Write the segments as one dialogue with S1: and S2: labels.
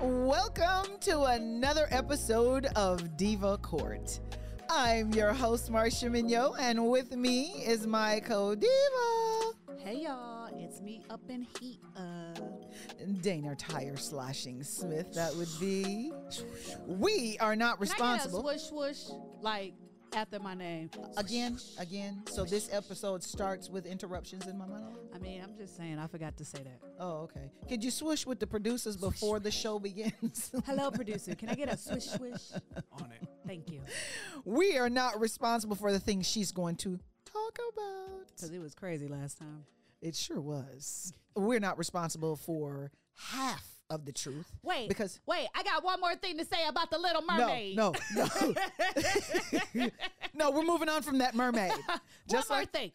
S1: Welcome to another episode of Diva Court. I'm your host, Marcia Mignot, and with me is my co diva,
S2: Hey y'all, it's me up in heat. Uh,
S1: Dana Tire Slashing Smith. That would be. We are not
S2: can I get a
S1: responsible.
S2: swoosh swoosh like after my name?
S1: Again, again. So this episode starts with interruptions in my monologue.
S2: I mean, I'm just saying, I forgot to say that.
S1: Oh, okay. Could you swoosh with the producers before the show begins?
S2: Hello, producer. Can I get a swish swish?
S3: on it.
S2: Thank you,
S1: we are not responsible for the things she's going to talk about.
S2: because it was crazy last time.
S1: It sure was. We're not responsible for half of the truth.
S2: Wait,
S1: because
S2: wait, I got one more thing to say about the Little
S1: no,
S2: Mermaid.
S1: no, no, no. We're moving on from that mermaid. Just
S2: one more
S1: like
S2: thing.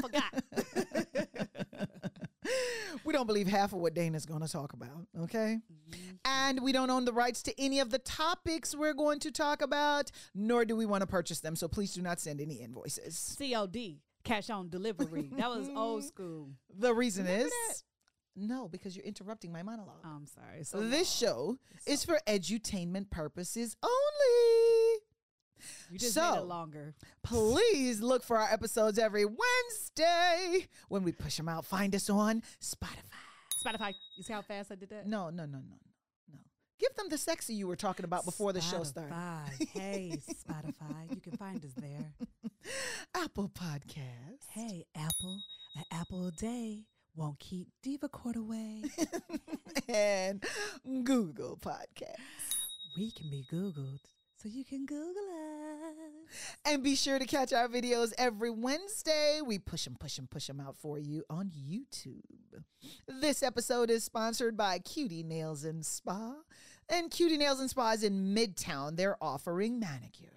S2: forgot.
S1: we don't believe half of what Dana's going to talk about. Okay,
S2: Mm-hmm.
S1: and we don't own the rights to any of the topics we're going to talk about, nor do we want to purchase them. So please do not send any invoices.
S2: COD, cash on delivery. That was old school.
S1: The reason is
S2: that?
S1: no, because you're interrupting my monologue.
S2: Oh, I'm sorry. So
S1: This show is for edutainment purposes only.
S2: you just
S1: so-
S2: made it longer.
S1: Please look for our episodes every Wednesday when we push them out. Find us on Spotify.
S2: Spotify. You see how fast I did that?
S1: No, no, no, no, no, no. Give them the sexy you were talking about before the show started.
S2: Spotify. Hey, Spotify. You can find us there.
S1: Apple Podcast.
S2: Hey, Apple, an apple a day won't keep Diva Court away.
S1: and Google Podcast.
S2: we can be Googled, so you can Google us.
S1: And be sure to catch our videos every Wednesday. We push them, push them, push them out for you on YouTube. This episode is sponsored by Cutie Nails and Spa. And Cutie Nails and Spa is in Midtown. They're offering manicures,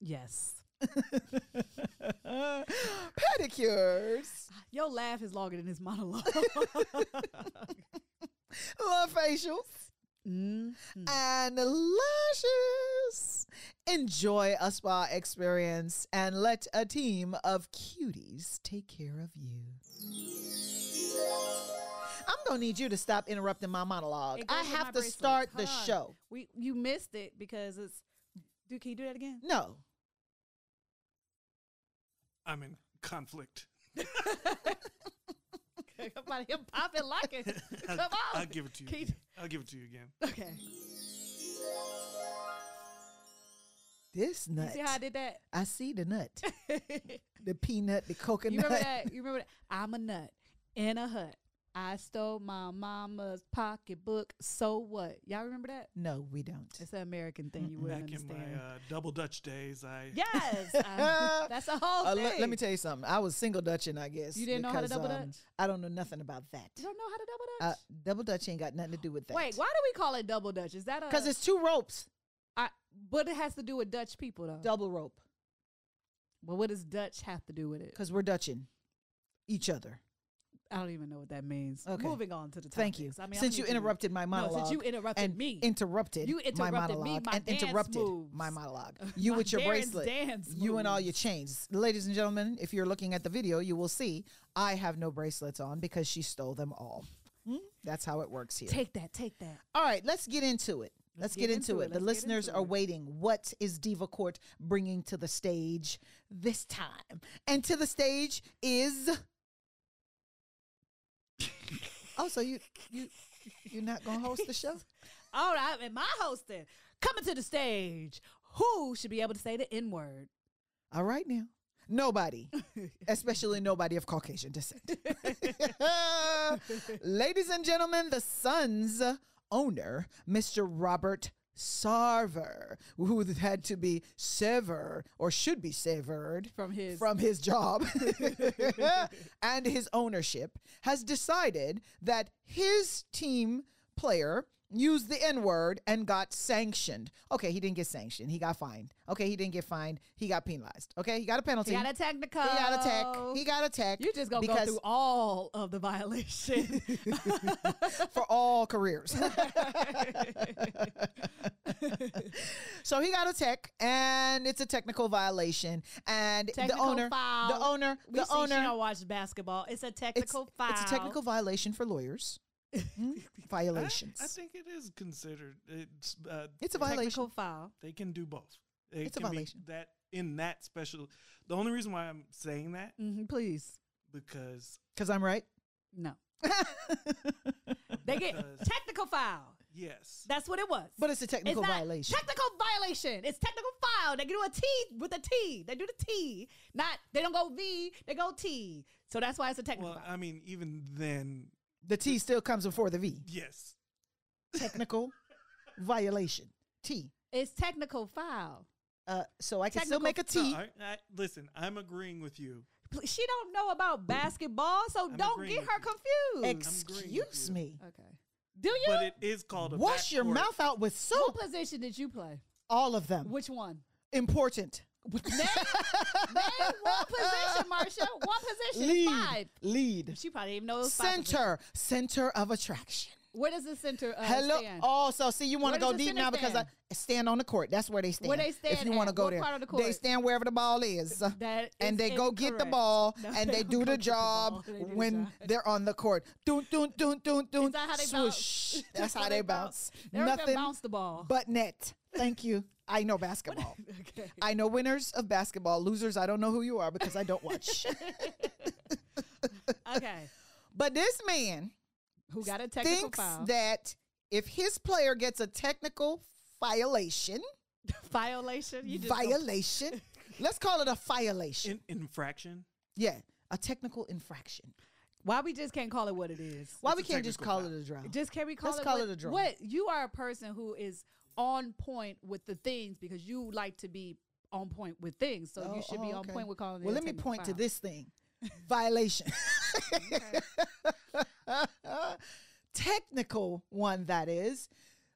S2: Yes.
S1: pedicures,
S2: Your laugh is longer than his monologue.
S1: love facials,
S2: Mm. Hmm.
S1: and lashes. Enjoy a spa experience and let a team of cuties take care of you. I'm gonna need you to stop interrupting my monologue.
S2: It goes
S1: I
S2: with my
S1: have to
S2: bracelet.
S1: start the
S2: Hold on.
S1: show.
S2: We you missed it because it's do can you do that again?
S1: No.
S3: I'm in conflict.
S2: Come on, hip hop and like it. Come on.
S3: I'll, I'll give it to you.
S2: Can
S3: again. I'll give it to you again.
S2: Okay.
S1: This nut.
S2: See how I did that?
S1: I see the nut. the peanut, the coconut.
S2: You remember that? You remember that? I'm a nut in a hut. I stole my mama's pocketbook. So what? Y'all remember that?
S1: No, we don't.
S2: It's an American thing. You wouldn't
S3: Back in my
S2: understand.
S3: uh, double Dutch days, I
S2: yes, I- that's a whole
S1: Uh,
S2: thing.
S1: le- let, me tell you something. I was single Dutching, I guess. um,
S2: You didn't know how to double Dutch?
S1: I don't know nothing about that.
S2: You don't know how to double
S1: Uh,
S2: dutch.
S1: double Dutch ain't got nothing to do with that.
S2: Wait, why do we call it double dutch? Is that a?
S1: Because it's two ropes.
S2: I, but it has to do with Dutch people though.
S1: Double rope.
S2: But what does Dutch have to do with it?
S1: Because we're Dutching each other.
S2: I don't even know what that means.
S1: Okay.
S2: Moving on to the topics.
S1: Thank you.
S2: I mean, I'm
S1: since you
S2: gonna do-
S1: interrupted my
S2: No,
S1: monologue.
S2: since you interrupted
S1: and
S2: me.
S1: Interrupted.
S2: You
S1: my
S2: interrupted me,
S1: monologue
S2: my
S1: and
S2: dance
S1: interrupted
S2: moves.
S1: my monologue. You
S2: My
S1: with your
S2: Darren's
S1: bracelet.
S2: dance
S1: you and all
S2: moves.
S1: your chains. Ladies and gentlemen, if you're looking at the video, you will see I have no bracelets on because she stole them all. Hmm? That's how it works here.
S2: Take that. Take that.
S1: All right, let's get into it. Let's, get, into, it. The
S2: Let's get
S1: listeners
S2: into
S1: are
S2: it.
S1: waiting. What is Diva Court bringing to the stage this time? And to the stage is Oh, so you you you're not going to host the show?
S2: All right, and my hosting coming to the stage. Who should be able to say the N word?
S1: All right now. Nobody, especially nobody of Caucasian descent. Ladies and gentlemen, the Suns owner, Mr. Robert Sarver, who had to be severed or should be severed
S2: From his-
S1: from his job and his ownership, has decided that his team player used the N word and got sanctioned. Okay, he didn't get sanctioned. He got fined. Okay, he didn't get fined. He got penalized. Okay, he got a penalty.
S2: He got a technical.
S1: He got a tech. He got a tech.
S2: You just gonna go
S1: because
S2: through all of the violations.
S1: for all careers. so he got a tech, and it's a technical violation. And
S2: Technical
S1: the owner,
S2: foul.
S1: the owner,
S2: we
S1: the
S2: see She
S1: owner.
S2: don't watch basketball. It's a
S1: It's,
S2: technical foul.
S1: it's a technical violation for lawyers. Hmm?
S3: I,
S1: Violations.
S3: I think it is considered. It's uh,
S1: it's a
S2: Technical
S1: violation.
S2: foul.
S3: They can do both. It
S1: It's a
S3: can be
S1: violation.
S3: That in that special. The only reason why I'm saying that
S1: Mm-hmm,
S2: hmm please,
S3: because
S1: Because I'm right.
S2: no. They get
S3: Because-
S2: technical foul.
S3: yes,
S2: That's what it was.
S1: but it's a
S2: it's
S1: technical
S2: not
S1: violation.
S2: technical violation. It's technical foul. They do a T with a T. They do the T. Not they don't go V. They go T. So that's why it's a technical
S3: well,
S2: foul.
S3: I mean, even then,
S1: the T still comes before the V.
S3: yes,
S1: Technical violation. T.
S2: it's technical foul.
S1: Uh, so I can still
S2: Technical-
S1: make a
S3: No,
S1: T.
S3: I, I, listen, I'm agreeing with you.
S2: Pl- She don't know about basketball, so
S3: I'm
S2: don't
S3: agreeing
S2: get
S3: with
S2: her confused.
S3: agreeing with
S1: Excuse
S3: you.
S1: me.
S2: okay. Do you?
S3: But it is called a
S1: Wash your
S3: backcourt.
S1: mouth out with
S2: what
S1: soap.
S2: position did you play?
S1: All of them.
S2: Which one?
S1: Important.
S2: Name, name one position, Marcia. One position.
S1: Lead.
S2: Five.
S1: Lead.
S2: She probably didn't even know it was five positions.
S1: Center. Center of attraction.
S2: Where does the center uh,
S1: Hello.
S2: stand?
S1: Also, see, you want to
S2: Where
S1: go
S2: does the
S1: deep
S2: center
S1: now because I
S2: stand?
S1: stand on the court. That's where they stand.
S2: Where they
S1: If
S2: stand
S1: you want to
S2: at?
S1: go
S2: What
S1: there,
S2: part of the
S1: they
S2: court?
S1: stand wherever the ball is.
S2: That
S1: and
S2: is
S1: they go get the
S2: incorrect.
S1: ball
S2: No,
S1: and they,
S2: don't
S1: do
S2: go
S1: the
S2: get the
S1: job
S2: ball. They do the
S1: when
S2: job.
S1: they're on the court. Doon, doon, doon, doon, doon.
S2: that how they
S1: swoosh.
S2: bounce?
S1: That's how they bounce.
S2: They don't even
S1: Nothing
S2: bounce the ball.
S1: but net. Thank you. I know basketball.
S2: Okay.
S1: I know winners of basketball. Losers, I don't know who you are because I don't watch.
S2: okay.
S1: but this man
S2: Who got a technical
S1: thinks
S2: foul?
S1: that if his player gets a technical violation,
S2: violation. You just don't-
S1: violation, let's call it a violation.
S3: In, infraction.
S1: yeah, a technical infraction.
S2: Why we just can't call it what it is?
S1: Why
S3: It's
S1: we
S3: a
S1: can't just
S3: technical
S1: call
S3: foul.
S1: it a draw?
S2: Just can we call
S1: Let's
S2: it
S1: call
S2: what,
S1: it a draw.
S2: What you are a person who is on point with the things because you like to be on point with things, so
S1: Oh,
S2: you should
S1: oh,
S2: be on
S1: okay.
S2: point with calling. it
S1: Well,
S2: a
S1: let me
S2: technical
S1: point to
S2: foul.
S1: this thing violation.
S2: Okay.
S1: Technical one, that is.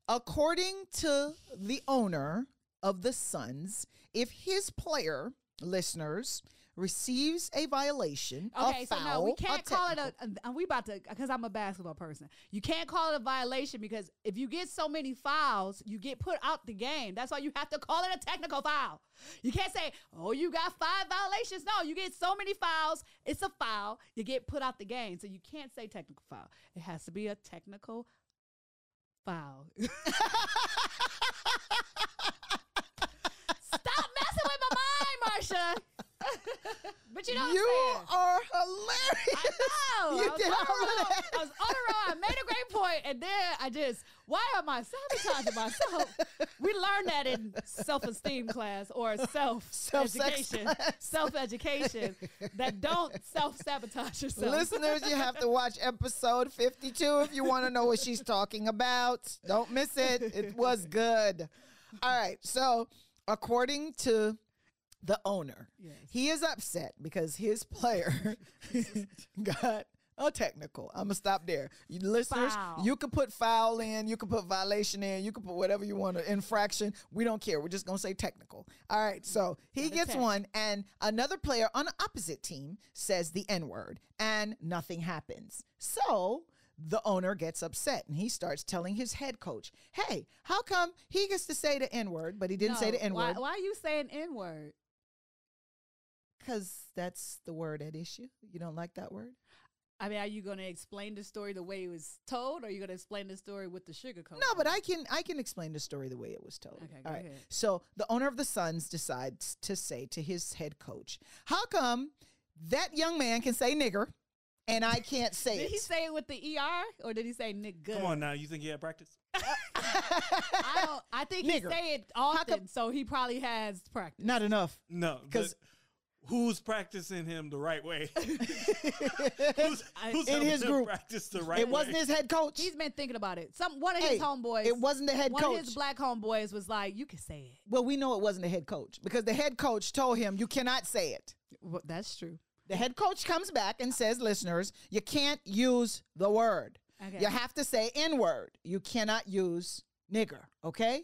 S1: According to the owner of the Suns, if his player, listeners, receives a violation,
S2: Okay,
S1: a
S2: so
S1: foul,
S2: no, we
S1: a
S2: can't call it a.
S1: technical-
S2: a- we about to because I'm a basketball person. You can't call it a violation because if you get so many fouls, you get put out the game. That's why you have to call it a technical foul. You can't say, "Oh, you got five violations." No, you get so many fouls, it's a foul. You get put out the game, so you can't say technical foul. It has to be a technical foul. Stop messing with my mind, Marsha. but you know what I'm
S1: You
S2: saying.
S1: are hilarious.
S2: I know.
S1: You
S2: I was
S1: did
S2: on a
S1: all
S2: roll.
S1: that.
S2: I was on a roll. I made a great point, and then I just, why am I sabotaging myself? We learned that in self-esteem class or self
S1: Self-sex
S2: education,
S1: class.
S2: self-education. That don't self-sabotage yourself.
S1: Listeners, you have to watch episode 52 if you want to know what she's talking about. Don't miss it. It was good. All right. So, according to the owner,
S2: Yes.
S1: he is upset because his player got a technical. I'm going to stop there. You listeners,
S2: Foul.
S1: you can put foul in, you can put violation in, you can put whatever you want to, infraction. We don't care. We're just going to say technical. All right. So, he
S2: Not a
S1: gets
S2: tech.
S1: one one, and another player on the opposite team says the N word, and nothing happens. So the owner gets upset and he starts telling his head coach, Hey, how come he gets to say the N word, but he didn't say
S2: No,
S1: the N
S2: why-
S1: word?
S2: Why are you saying N-word?
S1: Because that's the word at issue. You don't like that word?
S2: I mean, are you going to explain the story the way it was told, or are you going to explain the story with the sugar coat?
S1: No, but I can I can explain the story the way it was told.
S2: Okay, go
S1: All right.
S2: ahead.
S1: So the owner of the Suns decides to say to his head coach, How come that young man can say nigger and I can't say
S2: Did
S1: it?
S2: he say it with the ER, or did he say nigga?
S3: Come on now, you think he had practice?
S2: I don't. I think he
S1: Nigger.
S2: say it
S1: come-
S2: often, so he probably has practice.
S1: Not enough.
S3: No,
S1: 'Cause-
S3: because who's practicing him the right way? who's
S2: I-
S3: who's
S1: In
S3: helping
S1: his
S3: him
S1: group.
S3: practice the right
S1: It wasn't
S3: way?
S1: his head coach.
S2: He's been thinking about it. Some one of
S1: Hey,
S2: his homeboys.
S1: It wasn't the head
S2: one
S1: coach.
S2: of his black homeboys was like, "You can say it."
S1: well, we know it wasn't the head coach because the head coach told him you cannot say it.
S2: Well, that's true.
S1: The head coach comes back and says, listeners, you can't use the word.
S2: Okay.
S1: You have to say N word. You cannot use nigger, okay?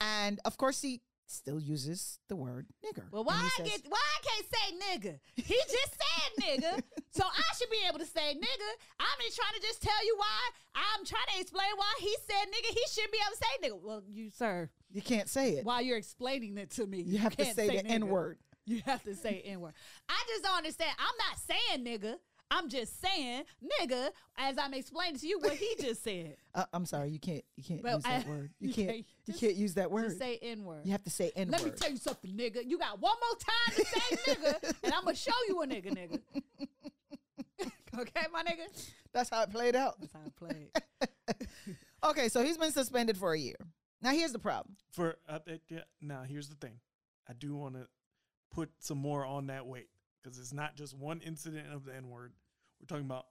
S1: And of course, he still uses the word nigger.
S2: Well,
S1: And
S2: why
S1: he
S2: I
S1: says,
S2: get why I can't say nigga? He just said nigga, so I should be able to say nigga. I'm just trying to just tell you why. I'm trying to explain why he said nigga. He should be able to say nigga. Well, you sir,
S1: You can't say it.
S2: while you're explaining it to me,
S1: You have to
S2: can't
S1: say the
S2: nigga.
S1: N word.
S2: You have to say N word. I just don't understand. I'm not saying nigga. I'm just saying, nigga, as I'm explaining to you what he just said.
S1: Uh, I'm sorry, you can't you can't
S2: Well,
S1: use that
S2: I-
S1: word. You,
S2: you
S1: can't,
S2: can't
S1: you
S2: just-
S1: can't use that word.
S2: Just say N word.
S1: you have to say N
S2: Let me
S1: word.
S2: tell you something, nigga. You got one more time to say nigga, and I'm gonna show you a nigga, nigga. okay, my nigga.
S1: That's how it played out.
S2: That's how I played.
S1: Okay, so he's been suspended for a year. Now here's the problem.
S3: For uh, that- yeah, now, here's the thing. I do want to put some more on that weight because it's not just one incident of the N word. We're talking about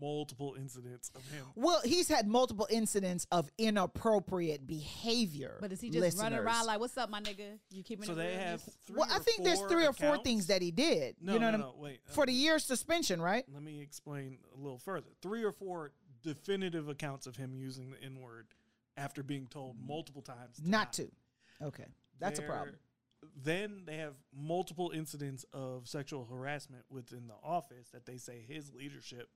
S3: multiple incidents of him.
S1: Well, he's had multiple incidents of inappropriate behavior.
S2: But is he just running
S1: listeners.
S2: around like, "What's up, my nigga? You keeping
S3: So
S2: it
S3: they
S2: real?"
S3: have
S2: He's-
S3: three
S1: well,
S3: or
S1: I think there's
S3: four
S1: three or four
S3: accounts?
S1: things that he did.
S3: No,
S1: you
S3: no,
S1: know what
S3: no.
S1: I'm-
S3: Wait. uh,
S1: For the year suspension, right?
S3: let me explain a little further. Three or four definitive accounts of him using the N word after being told multiple times
S1: Not to. Okay, that's a
S3: There-
S1: problem.
S3: Then they have multiple incidents of sexual harassment within the office that they say his leadership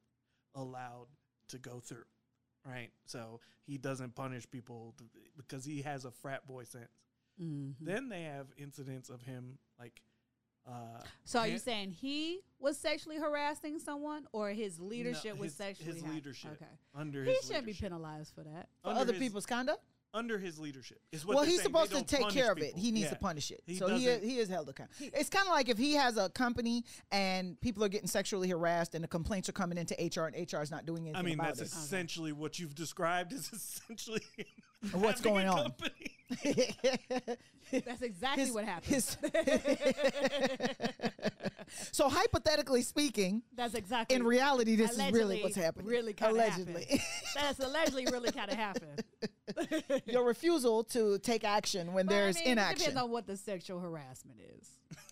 S3: allowed to go through. Right, so he doesn't punish people th- because he has a frat boy sense.
S1: Mm-hmm.
S3: Then they have incidents of him like. Uh,
S2: So are you
S3: hand-
S2: saying he was sexually harassing someone, or his
S3: no,
S2: leadership was
S3: his-
S2: sexually?
S3: his
S2: har-
S3: leadership
S2: Okay.
S3: under
S2: He
S3: his
S2: shouldn't be
S3: leadership.
S2: penalized for that.
S1: For
S3: Under
S1: other
S3: his-
S1: people's conduct.
S3: under his leadership. Is what
S1: Well,
S3: they're
S1: he's
S3: saying. They
S1: supposed to
S3: don't
S1: take
S3: punish
S1: care of it.
S3: people.
S1: He needs
S3: Yeah.
S1: to punish it.
S3: He
S1: so he is,
S3: doesn't-
S1: he is held accountable. It's kind of like if he has a company and people are getting sexually harassed and the complaints are coming into HR and HR is not doing anything
S3: I mean,
S1: about
S3: that's
S1: it.
S3: essentially what you've described. Is essentially
S1: What's
S3: having
S1: going
S3: a
S1: on.
S3: company.
S2: That's exactly
S1: His-
S2: what happened.
S1: his- so hypothetically speaking,
S2: That's exactly.
S1: in reality, this is really
S2: allegedly
S1: what's happening.
S2: Really, kinda
S1: allegedly,
S2: happened. That's allegedly really kind of happened.
S1: your refusal to take action when there's
S2: I mean, It
S1: inaction.
S2: depends on what the sexual harassment is.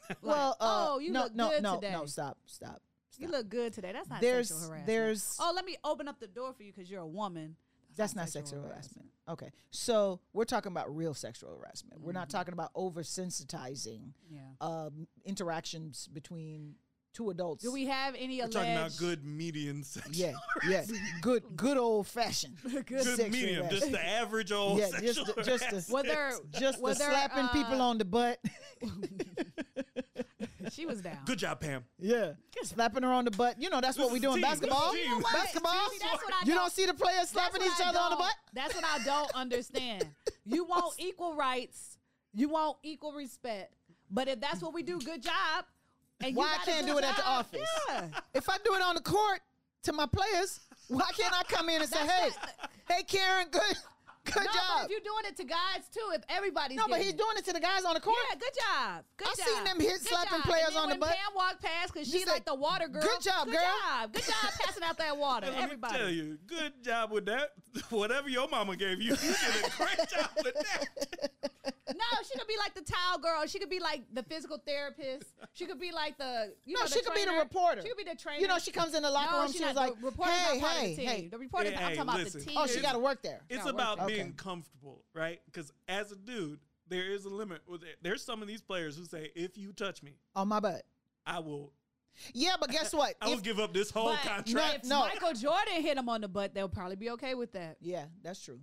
S2: Like,
S1: well, uh,
S2: oh, you
S1: no,
S2: look
S1: no,
S2: good
S1: no,
S2: today.
S1: no, stop, stop.
S2: You look good today. That's not
S1: There's-
S2: sexual harassment.
S1: there's-
S2: Oh, let me open up the door for you because you're a woman.
S1: That's not sexual harassment. Okay. So we're talking about real sexual harassment. We're
S2: Mm-hmm.
S1: not talking about oversensitizing
S2: Yeah.
S1: um, interactions between two adults.
S2: Do we have any
S3: We're
S2: alleged?
S3: talking about good median sexual.
S1: Yeah, yeah. Good, good old fashioned.
S3: Good
S1: sexual
S3: medium, just the average old
S1: Yeah, just
S3: sexual
S1: the- just the-
S3: harassment.
S2: Were there
S1: Just
S2: were
S1: the
S2: there,
S1: slapping people
S2: uh,
S1: on the butt.
S2: She was down.
S3: Good job, Pam.
S1: yeah, slapping her on the butt. You know that's
S3: This
S1: what we
S3: is
S1: do in
S3: team. This is
S1: basketball.
S3: team. You know what?
S1: Basketball.
S2: See, that's what I
S1: you
S2: don't-
S1: don't see the players
S2: That's
S1: slapping
S2: what
S1: each
S2: I
S1: other on the
S2: don't-
S1: butt.
S2: That's what I don't understand. You want equal rights. You want equal respect. But if that's what we do, good job. And
S1: Why I
S2: you got a
S1: can't
S2: good
S1: do it at the
S2: job,
S1: office?
S2: yeah.
S1: If I do it on the court to my players, why can't I come in and say, "Hey, hey, Karen, good, good
S2: no,
S1: job"?
S2: But if you're doing it to guys too, if everybody's
S1: No, but
S2: getting
S1: he's
S2: it.
S1: doing it to the guys on the court.
S2: Yeah, good job. Good
S1: I
S2: job.
S1: seen them hit
S2: Good
S1: slapping
S2: job.
S1: players
S2: and then
S1: on the
S2: when
S1: butt.
S2: Pam walked past because
S1: You
S2: she's
S1: say,
S2: like the water girl.
S1: "Good job,
S2: good
S1: girl."
S2: Job. Good job passing out that water.
S3: Let me
S2: Everybody.
S3: tell you, good job with that. Whatever your mama gave you, you did a great job with that.
S2: No, she could be like the towel girl. She could be like the physical therapist. She could be like the you
S1: No,
S2: know, the
S1: she could be the
S2: trainer.
S1: reporter.
S2: She could be the trainer.
S1: You know, she comes in the locker
S2: no,
S1: room.
S2: She
S1: She,
S2: not,
S1: was like,
S2: the reporter's
S1: "Hey,
S2: not part
S1: hey,
S2: of the team.
S1: hey!"
S2: The reporter's
S3: Hey,
S2: not, I'm talking
S3: listen.
S2: about the team.
S1: Oh, she got to work there.
S3: It's
S2: Yeah,
S3: about
S1: work-
S3: being
S1: okay.
S3: comfortable, right? Because as a dude, there is a limit. with it. There's some of these players who say, "If you touch me,
S1: On my butt.
S3: I will.
S1: Yeah, but guess what?
S3: I will
S1: If-
S3: give up this whole
S2: But
S3: contract."
S2: if
S1: No.
S2: Michael Jordan hit him on the butt, they'll probably be okay with that.
S1: yeah, that's true.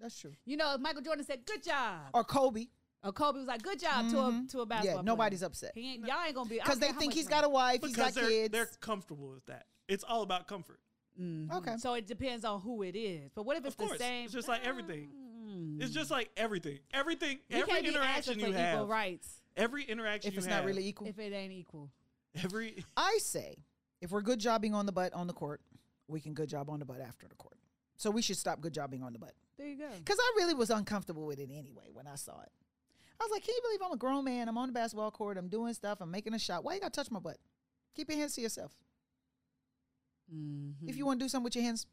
S1: That's true.
S2: You know, if Michael Jordan said good job,
S1: Or Kobe,
S2: or Kobe was like good job to a to a basketball.
S1: Mm-hmm. Yeah,
S2: player.
S1: nobody's upset.
S2: He ain't, y'all ain't gonna be I
S1: because
S2: don't
S1: they
S2: care how
S1: think
S2: much
S1: he's
S2: money.
S1: got a wife, he's got
S3: because they're,
S1: kids.
S3: they're comfortable with that. It's all about comfort.
S1: okay.
S2: So it depends on who it is. But what if
S3: Of
S2: it's
S3: course,
S2: the same?
S3: it's just like everything. It's just like everything. Everything.
S2: You
S3: every
S2: can't be asking
S3: interaction
S2: for
S3: you
S2: equal
S3: have.
S2: rights
S3: Every interaction
S1: if it's
S3: you
S1: not
S3: have.
S1: really equal,
S2: if it ain't equal.
S3: Every.
S1: I say, if we're good jobbing on the butt on the court, we can good job on the butt after the court. So we should stop good jobbing on the butt.
S2: There you go.
S1: Because I really was uncomfortable with it anyway when I saw it. I was like, can you believe I'm a grown man? I'm on the basketball court. I'm doing stuff. I'm making a shot. Why you got to touch my butt? Keep your hands to yourself. Mm-hmm. If
S2: Mm-hmm.
S1: you want to do something with your hands,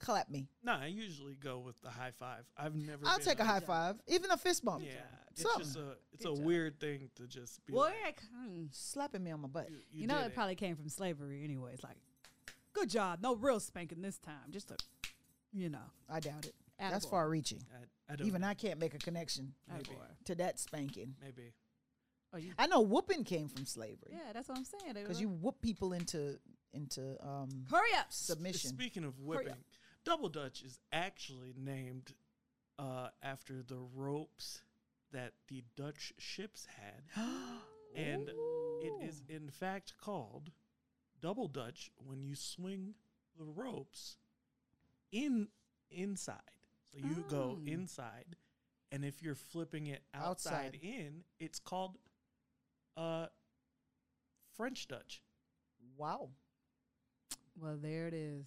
S1: clap me.
S3: No, I usually go with the high five. I've never.
S1: I'll
S3: been
S1: take a
S3: on-
S1: high five, even a fist bump.
S3: Yeah, it's
S1: Something.
S3: just a. It's a weird thing to just be.
S2: Well,
S3: like,
S2: it kind of-
S1: Slapping me on my butt.
S3: you,
S2: you, know,
S3: did
S2: it, probably came from slavery anyway. It's like, good job. No real spanking this time. Just a, you know,
S1: I doubt it. That's
S2: Attaboy.
S1: far reaching.
S3: I, I don't.
S1: Even
S3: know.
S1: I can't make a connection
S3: Maybe.
S2: attaboy.
S1: to that spanking.
S3: Maybe.
S2: Oh, you,
S1: I know whooping came from slavery
S2: yeah, that's what I'm saying. They
S1: because
S2: were
S1: you whoop people into into um,
S2: like, hurry up.
S1: submission.
S3: Speaking of
S2: Hurry up.
S3: whipping, double dutch is actually named uh, after the ropes that the Dutch ships had, and it is in fact called double dutch when you swing the ropes in inside. So you go
S2: Oh.
S3: inside, and if you're flipping it outside,
S1: Outside.
S3: in, it's called uh French Dutch.
S1: Wow.
S2: Well, there it is.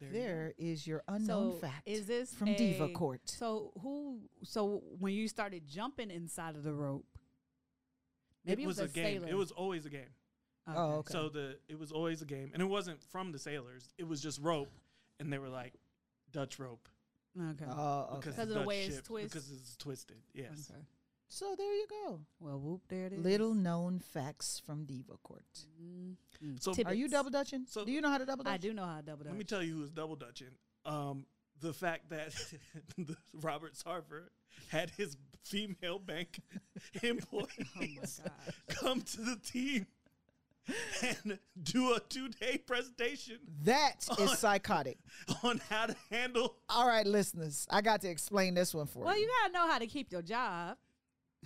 S3: There you go.
S1: There is your unknown
S2: so
S1: fact
S2: is this
S1: from Diva
S2: a-
S1: Court.
S2: So who? So when you started jumping inside of the rope, maybe it was, a,
S3: game.
S2: sailor.
S3: It was always a game.
S1: Oh, okay.
S3: So the it was always a game, and it wasn't from the sailors. It was just rope, and they were like Dutch rope
S2: okay.
S1: Oh, okay.
S3: because
S2: Because of the
S3: Dutch
S2: way it's
S3: ship-
S2: twist-
S3: Because it's twisted. Yes.
S2: okay.
S1: So there you go.
S2: Well, whoop, there it is.
S1: Little known facts from Diva Court.
S2: Mm, mm.
S3: So- Are
S1: Are you
S2: Tidbits.
S1: double dutching?
S3: So-
S1: do you know how to double dutch?
S2: I do know how to double dutch.
S3: Let me tell you who was double dutching. Um, the fact that the- Robert Sarver had his female bank employees
S2: Oh my god.
S3: come to the team and do a two-day presentation
S1: That is psychotic.
S3: on how to handle.
S1: All right, listeners, I got to explain this one for
S2: Well,
S1: you.
S2: you gotta know how to keep your job.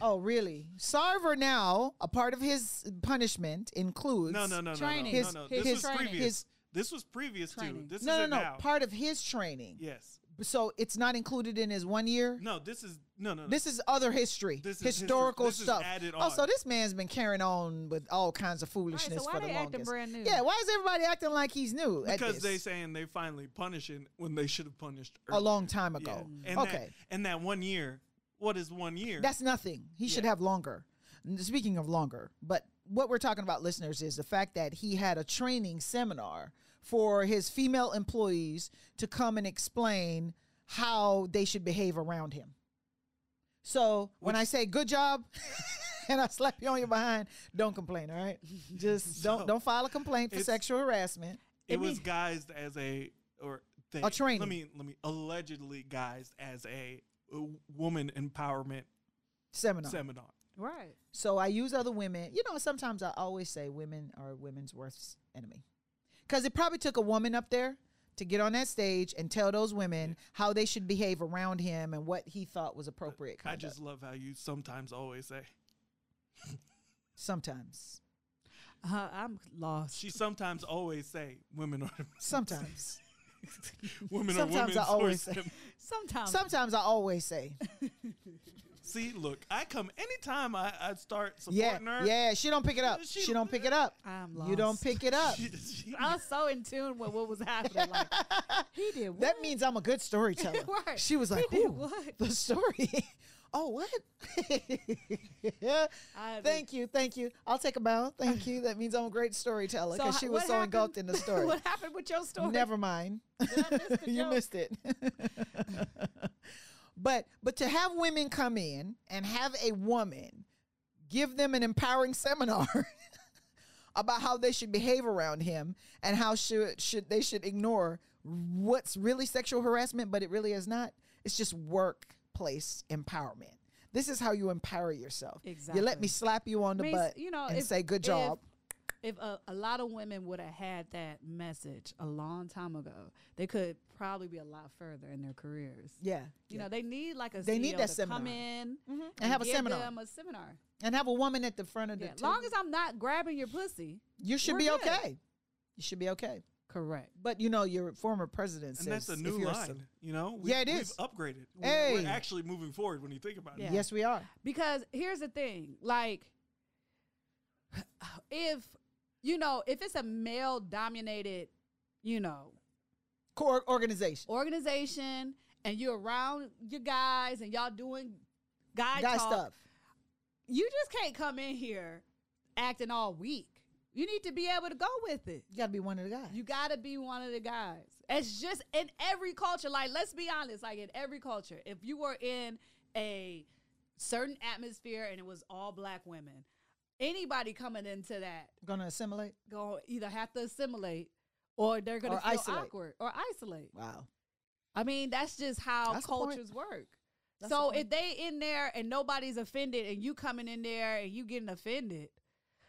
S1: Oh, really? Sarver now, a part of his punishment includes
S3: No, no, no, no, no,
S2: Training.
S3: no,
S1: His-
S3: no.
S2: his
S3: This was
S2: training.
S3: previous.
S1: His-
S3: this was previous
S2: Training.
S3: to this.
S1: no, no,
S3: isn't
S1: no.
S3: Now.
S1: Part of his training.
S3: yes.
S1: So it's not included in his one year.
S3: No. This is no, no, no.
S1: This is other history,
S3: This is history.
S1: historical
S3: This is
S1: stuff.
S3: added
S1: Oh, so
S3: on.
S1: this man's been carrying on with all kinds of foolishness
S2: why
S1: for
S2: they
S1: the
S2: acting
S1: longest.
S2: brand new?
S1: Yeah, why is everybody acting like he's new? at
S3: because they
S1: this?
S3: saying they finally punishing when they should have punished
S1: a
S3: earlier.
S1: long time
S3: Yeah.
S1: ago.
S3: And that-
S1: okay,
S3: and that one year. What is one year?
S1: that's nothing. He should
S3: Yeah.
S1: have longer. N- Speaking of longer, but what we're talking about, listeners, is the fact that he had a training seminar for his female employees to come and explain how they should behave around him. So when I say good job and I slap you on your behind, don't complain, all right? Just don't
S3: So,
S1: don't file a complaint for
S3: it's-
S1: sexual harassment.
S3: it
S2: It
S3: was
S2: mean-
S3: guised as a or they,
S1: A training.
S3: Let me let me allegedly guised as a uh, woman empowerment
S1: Seminar.
S3: seminar.
S2: Right.
S1: So I use other women. You know, sometimes I always say women are women's worst enemy. Because it probably took a woman up there to get on that stage and tell those women how they should behave around him and what he thought was appropriate.
S3: I
S1: Conduct.
S3: just love how you sometimes always say
S1: sometimes,
S2: Uh, I'm lost.
S3: she sometimes always say women are
S1: sometimes,
S3: women are
S1: Sometimes
S3: women's
S1: I always
S3: worst
S1: say.
S3: enemy.
S2: Sometimes.
S1: sometimes I always say,
S3: See, look, I come anytime I, I start
S1: yeah,
S3: supporting her.
S1: yeah. She don't pick it up.
S3: She-
S1: She don't pick it up.
S2: I'm
S1: You don't
S2: lost.
S1: pick it up.
S3: she- she-
S2: I was so in tune with what was happening. Like, he did what?
S1: That means I'm a good storyteller.
S2: Right.
S1: She was
S2: He
S1: like,
S2: did
S1: "Ooh,
S2: what?"
S1: the story." oh, what?
S2: I was
S1: Thank you, thank you. I'll take a bow. Thank you. That means I'm a great storyteller because
S2: ho-
S1: she was
S2: what
S1: so engulfed in
S2: happened-
S1: the story.
S2: what happened with your story?
S1: Never mind.
S2: Did I miss the
S1: you
S2: joke?
S1: missed it. but but to have women come in and have a woman give them an empowering seminar about how they should behave around him and how should should they should ignore what's really sexual harassment, but it really is not. It's just workplace empowerment. This is how you empower yourself. You let
S2: Exactly.
S1: me slap you on the
S2: Means,
S1: butt,
S2: you know,
S1: and
S2: if-
S1: say good
S2: if-
S1: job.
S2: If a, a lot of women would have had that message a long time ago, they could probably be a lot further in their careers.
S1: yeah,
S2: You know, they need like a
S1: They need
S2: CEO
S1: that
S2: to come
S1: seminar. Mm-hmm.
S2: in and,
S1: have a
S2: give
S1: seminar.
S2: them a seminar.
S1: and have a woman at the front of
S2: Yeah,
S1: the.
S2: long
S1: table.
S2: as I'm not grabbing your pussy,
S1: you should
S2: we're
S1: be
S2: good.
S1: okay. You should be okay.
S2: correct.
S1: But you know, your former president says
S3: and that's a
S1: if
S3: new
S1: you're
S3: line. you know,
S1: Yeah, it
S3: we've
S1: is.
S3: upgraded.
S1: Hey.
S3: We're actually moving forward when you think about it.
S2: Yeah.
S1: Yes, we are.
S2: Because here's the thing, like if you know, if it's a male dominated, you know,
S1: Core organization.
S2: organization and you're around your guys and y'all doing guy,
S1: Guy
S2: talk,
S1: stuff.
S2: you just can't come in here acting all weak. You need to be able to go with it.
S1: You got to be one of the guys.
S2: You gotta be one of the guys. It's just in every culture. Like, let's be honest. Like in every culture, if you were in a certain atmosphere and it was all black women, anybody coming into that
S1: gonna assimilate?
S2: gonna either have to assimilate or they're gonna
S1: Or
S2: feel
S1: isolate.
S2: awkward or isolate.
S1: Wow.
S2: I mean, that's just how
S1: That's the point.
S2: cultures work.
S1: That's the
S2: so
S1: point.
S2: if they in there and nobody's offended and you coming in there and you getting offended,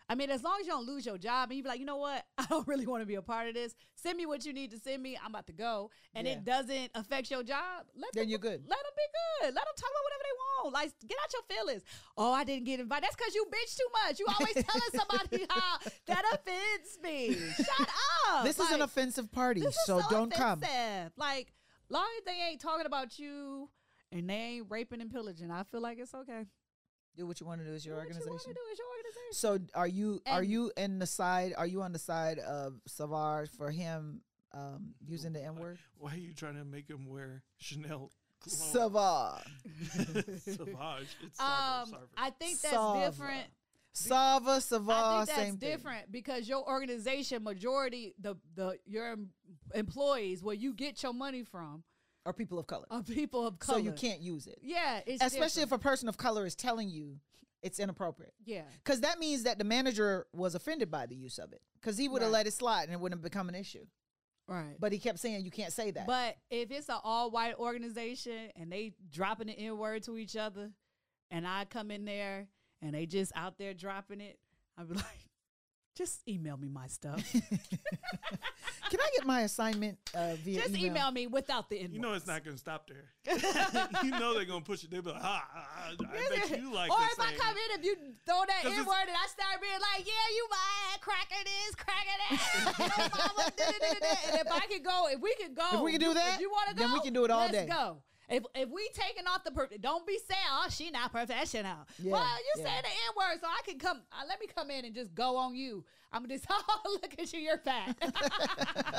S2: I mean, as long as you don't lose your job and you be like, you know what, I don't really want to be a part of this. Send me what you need to send me. I'm about to go, and
S1: Yeah.
S2: it doesn't affect your job. Let
S1: Then
S2: them-
S1: you're good.
S2: Let them be good. Let them talk about whatever they want. Like, get out your feelings. Oh, I didn't get invited. That's because you bitch too much. You always telling somebody how that offends me. Shut up.
S1: This is an
S2: Like,
S1: offensive party,
S2: this is
S1: so, don't come.
S2: offensive. Like, long as they ain't talking about you and they ain't raping and pillaging, I feel like it's okay.
S1: Do what you want to do is your
S2: Do What you want to
S1: organization.
S2: do is your organization.
S1: So are you are
S2: And-
S1: you in the side? Are you on the side of Savard for him um, using the N word?
S3: Why are you trying to make him wear Chanel? cologne?
S1: Savard,
S3: Savage. It's Sarver,
S2: Um,
S3: Sarver.
S2: I think that's
S1: Sarver.
S2: different.
S1: Sava,
S2: I
S1: Savard,
S2: think that's
S1: same
S2: different because your organization majority the the your em- employees where you get your money from
S1: thing. Or people of color.
S2: are people of
S1: so
S2: color.
S1: you can't use it,
S2: Yeah, it's
S1: especially
S2: different.
S1: if a person of color is telling you it's inappropriate.
S2: yeah.
S1: Because that means that the manager was offended by the use of it. Because he would have
S2: Right.
S1: let it slide and it wouldn't have become an issue.
S2: Right.
S1: But he kept saying you can't say that.
S2: But if it's an all white organization and they dropping the N word to each other, and I come in there and they just out there dropping it, I'd be like, just email me my stuff.
S1: Can I get my assignment uh, via
S2: just
S1: email?
S2: email me without the N word.
S3: you know it's not going to stop there. you know they're going to push it. They'll be like, ah, ah, ah, I bet you like
S2: or
S3: this
S2: if I
S3: thing."
S2: come in, if you throw that N
S3: 'Cause it's-
S2: word and I start being like, yeah, you my cracker this, cracker that, your mama, da, da, da, da, da. and if I could go, if we could go,
S1: If we could do
S2: you-
S1: that,
S2: if you want to go,
S1: then we can do it all
S2: let's
S1: day.
S2: go. If, if we taking off the perfect, don't be saying, oh, she not professional.
S1: Yeah,
S2: well, you
S1: yeah.
S2: saying the N word, so I can come, uh, let me come in and just go on you. I'm just, oh, look at you, you're fat.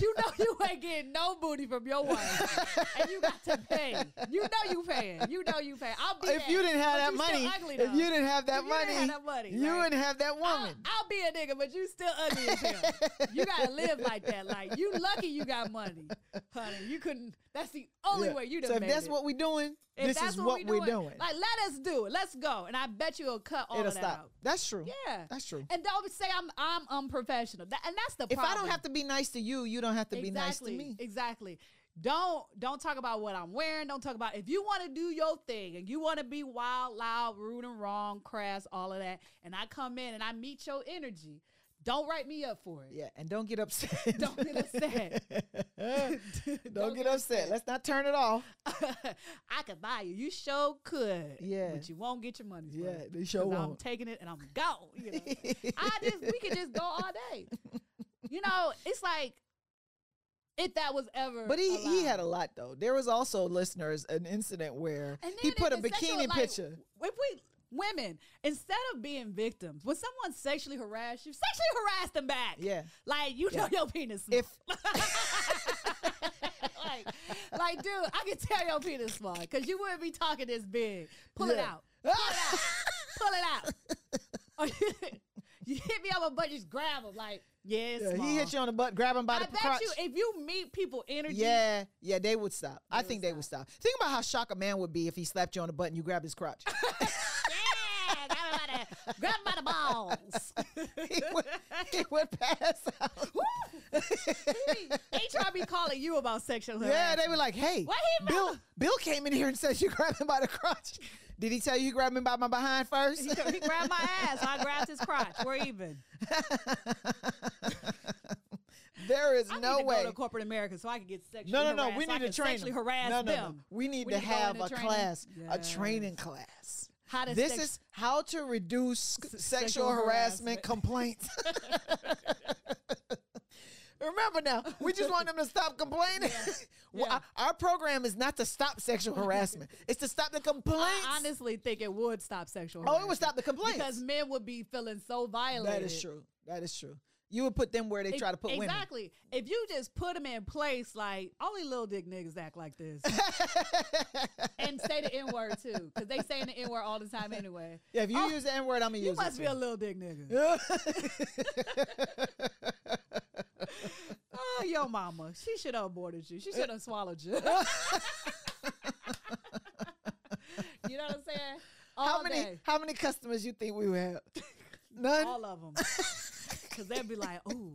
S2: you know you ain't getting no booty from your wife, and you got to pay. You know you paying. You know you paying. I'll be
S1: if
S2: that,
S1: you didn't have
S2: but
S1: that
S2: you
S1: money,
S2: still ugly,
S1: if
S2: though.
S1: you didn't have that
S2: If you
S1: money,
S2: didn't have that money,
S1: you
S2: like-
S1: wouldn't have that
S2: I'll,
S1: woman.
S2: I'll be a nigga, but you still ugly as hell. you gotta live like that. Like you lucky you got money, honey. You couldn't. That's the only
S1: Yeah.
S2: way you. done
S1: So if
S2: made
S1: that's
S2: it.
S1: what we're doing,
S2: If
S1: this
S2: that's
S1: is what, we're doing.
S2: Like let us do it. Let's go, and I bet you will cut all
S1: It'll
S2: of that
S1: stop.
S2: out.
S1: That's true.
S2: Yeah,
S1: That's true.
S2: And don't say I'm I'm unprofessional. That, and that's the
S1: If
S2: problem.
S1: I don't have to be nice to you, you don't have to be nice to
S2: exactly,
S1: me.
S2: Exactly. Don't don't talk about what I'm wearing. Don't talk about if you want to do your thing and you want to be wild, loud, rude, and wrong, crass, all of that. And I come in and I meet your energy. Don't write me up for it.
S1: Yeah, and don't get upset.
S2: Don't get upset.
S1: don't,
S2: Don't
S1: get
S2: get
S1: upset.
S2: upset.
S1: Let's not turn it off.
S2: I could buy you. You sure could.
S1: Yeah.
S2: But you won't get your money.
S1: Yeah, they sure
S2: I'm
S1: won't.
S2: taking it and I'm gone. You know? I just we could just go all day. You know, it's like if that was ever.
S1: But he, he had
S2: allowed.
S1: a lot though. There was also listeners an incident where
S2: And
S1: he
S2: then
S1: put a
S2: if it's
S1: bikini
S2: sexual, like,
S1: picture.
S2: If we women, instead of being victims, when someone sexually harass you, sexually harass them back.
S1: Yeah.
S2: Like you know your penis small.
S1: If
S2: like, like, dude, I can tell your penis small because you wouldn't be talking this big. Pull it
S1: Yeah.
S2: out. Pull it out. Pull it out. Or you- you hit me up a bunch, just grab them. Like, yeah, it's
S1: yeah,
S2: small.
S1: he hit you on the butt, grab him by
S2: I
S1: the
S2: bet
S1: crotch.
S2: you, if you meet people energy,
S1: yeah, yeah, they would stop. I
S2: would
S1: think they would stop. Think about how shocked a man would be if he slapped you on the butt and you grabbed his crotch.
S2: yeah, grab 'em by the, grab 'em by the balls.
S1: he, would, he would pass out.
S2: HR be calling you about sexual harassment.
S1: Yeah, they were like, "Hey,
S2: What he
S1: Bill,
S2: mother-
S1: Bill came in here and said you grabbed him by the crotch. Did he tell you you grabbed him by my behind first?
S2: he, he grabbed my ass. I grabbed his crotch. We're even.
S1: there is
S2: I
S1: no
S2: need to
S1: way.
S2: go to corporate America so I can get sexually
S1: no, no, no.
S2: harassed,
S1: We
S2: so I
S1: need to
S2: can
S1: train.
S2: sexually
S1: them.
S2: harass
S1: no, no,
S2: them.
S1: no. We need
S2: We
S1: to
S2: need to go
S1: have
S2: into
S1: a
S2: training.
S1: class, a
S2: Yes.
S1: training class.
S2: How to
S1: This
S2: sex-
S1: is how to reduce sc- sexual
S2: sexual
S1: harassment
S2: harassment.
S1: complaints. Remember now, we just want them to stop complaining. Well,
S2: Yeah.
S1: our- our program is not to stop sexual harassment; it's to stop the complaints.
S2: I honestly think it would stop sexual
S1: oh,
S2: harassment.
S1: it would stop the complaints.
S2: Because men would be feeling so violated.
S1: That is true. That is true. You would put them where they
S2: Ex-
S1: try to put women.
S2: exactly. If you just put them in place, like only little dick niggas act like this, and say the n word too, because they saying the n word all the time anyway.
S1: Yeah, if you
S2: Oh,
S1: use the N word, I'm gonna
S2: You
S1: use
S2: must be
S1: it.
S2: a little dick nigga. Oh, your mama. She should have aborted you. She
S1: Eh.
S2: should have swallowed you. you know what I'm saying? All
S1: how many
S2: day.
S1: how many customers you think we would have? None.
S2: All of them. Because they'd be like, ooh,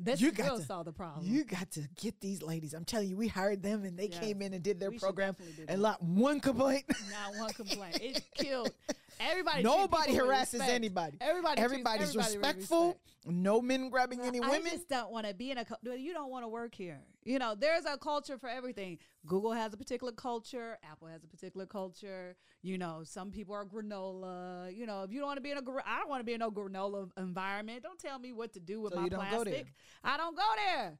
S2: this
S1: You
S2: you
S1: got
S2: girl
S1: to-
S2: saw the problem.
S1: you got to get these ladies. I'm telling you, we hired them and they
S2: Yeah.
S1: came in and did their
S2: We should
S1: program
S2: definitely do
S1: and
S2: that.
S1: not one complaint.
S2: Not one complaint. It killed. Everybody. treat
S1: Nobody
S2: people with
S1: harasses
S2: respect.
S1: anybody.
S2: Everybody. treats
S1: Everybody's
S2: everybody with
S1: respectful.
S2: respect.
S1: No men grabbing any
S2: I
S1: women.
S2: just don't want to be in a. cul- You don't want to work here. You know, there's a culture for everything. Google has a particular culture. Apple has a particular culture. You know, some people are granola. You know, if you don't want to be in a, gr- I don't want to be in no granola environment. Don't tell me what to do with
S1: So
S2: my
S1: you don't go there.
S2: plastic. I don't go there.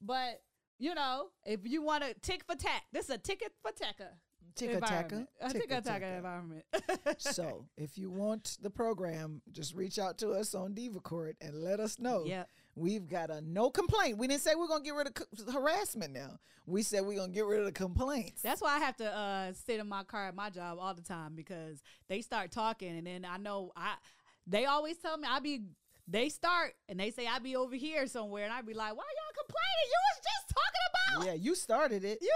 S2: But you know, if you want to tick for tack, this is a ticket for tacker.
S1: Ticka taka.
S2: environment. A tick
S1: ticka
S2: for tacker
S1: taka.
S2: environment.
S1: So if you want the program, just reach out to us on Diva Court and let us know.
S2: Yep.
S1: We've got a no complaint. We didn't say we're gonna get rid of c- harassment now. We said we're gonna get rid of the complaints.
S2: That's why I have to uh, sit in my car at my job all the time because they start talking, and then I know I. They always tell me I be. They start and they say I be over here somewhere, and I be like, "Why y'all complaining? You was just talking about.
S1: yeah, you started it.
S2: You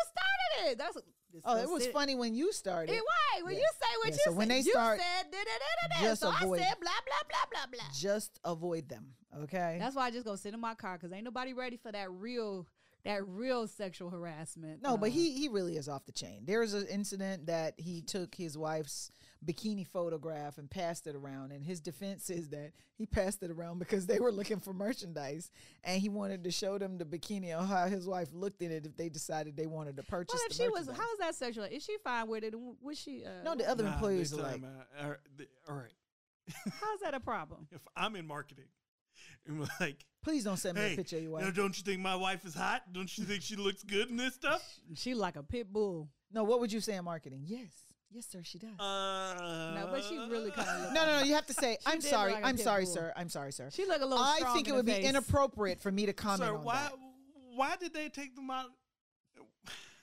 S2: started it. That's it's
S1: oh,
S2: so
S1: it was
S2: silly.
S1: funny when you started.
S2: It was when
S1: Yeah.
S2: you say what
S1: Yeah,
S2: you
S1: so when
S2: said.
S1: they
S2: you
S1: start,
S2: said da, da, da, da, da.
S1: just
S2: So
S1: avoid-
S2: I said blah blah blah blah blah.
S1: Just avoid them. Okay.
S2: That's why I just go sit in my car because ain't nobody ready for that real that real sexual harassment.
S1: No, but
S2: Uh,
S1: he he really is off the chain. There was an incident that he took his wife's bikini photograph and passed it around, and his defense is that he passed it around because they were looking for merchandise, and he wanted to show them the bikini on how his wife looked in it if they decided they wanted to purchase.
S2: Well, if
S1: the
S2: she was,
S1: merchandise.
S2: how is that sexual? Is she fine with it? And Was she? Uh,
S1: No, the other
S3: Nah,
S1: employees
S3: they
S1: are like,
S3: talking about- all right, th- uh, all right.
S2: How's that a problem?
S3: If I'm in marketing, and we're like,
S1: please don't send me
S3: hey,
S1: a picture of your wife.
S3: now don't you think my wife is hot? Don't you think she looks good in this stuff?
S2: She like a pit bull.
S1: no, what would you say in marketing? Yes, yes, sir, she does.
S3: Uh,
S2: No, but she really kind of.
S1: no, no, no. You have to say, I'm
S2: did
S1: sorry,
S2: like a
S1: I'm
S2: pit
S1: sorry,
S2: bull.
S1: sir, I'm sorry, sir.
S2: She look a little.
S1: I
S2: strong
S1: think it
S2: in
S1: would
S2: the
S1: be
S2: face.
S1: inappropriate for me to comment
S3: Sir,
S1: on
S3: why
S1: that.
S3: why did they take them out?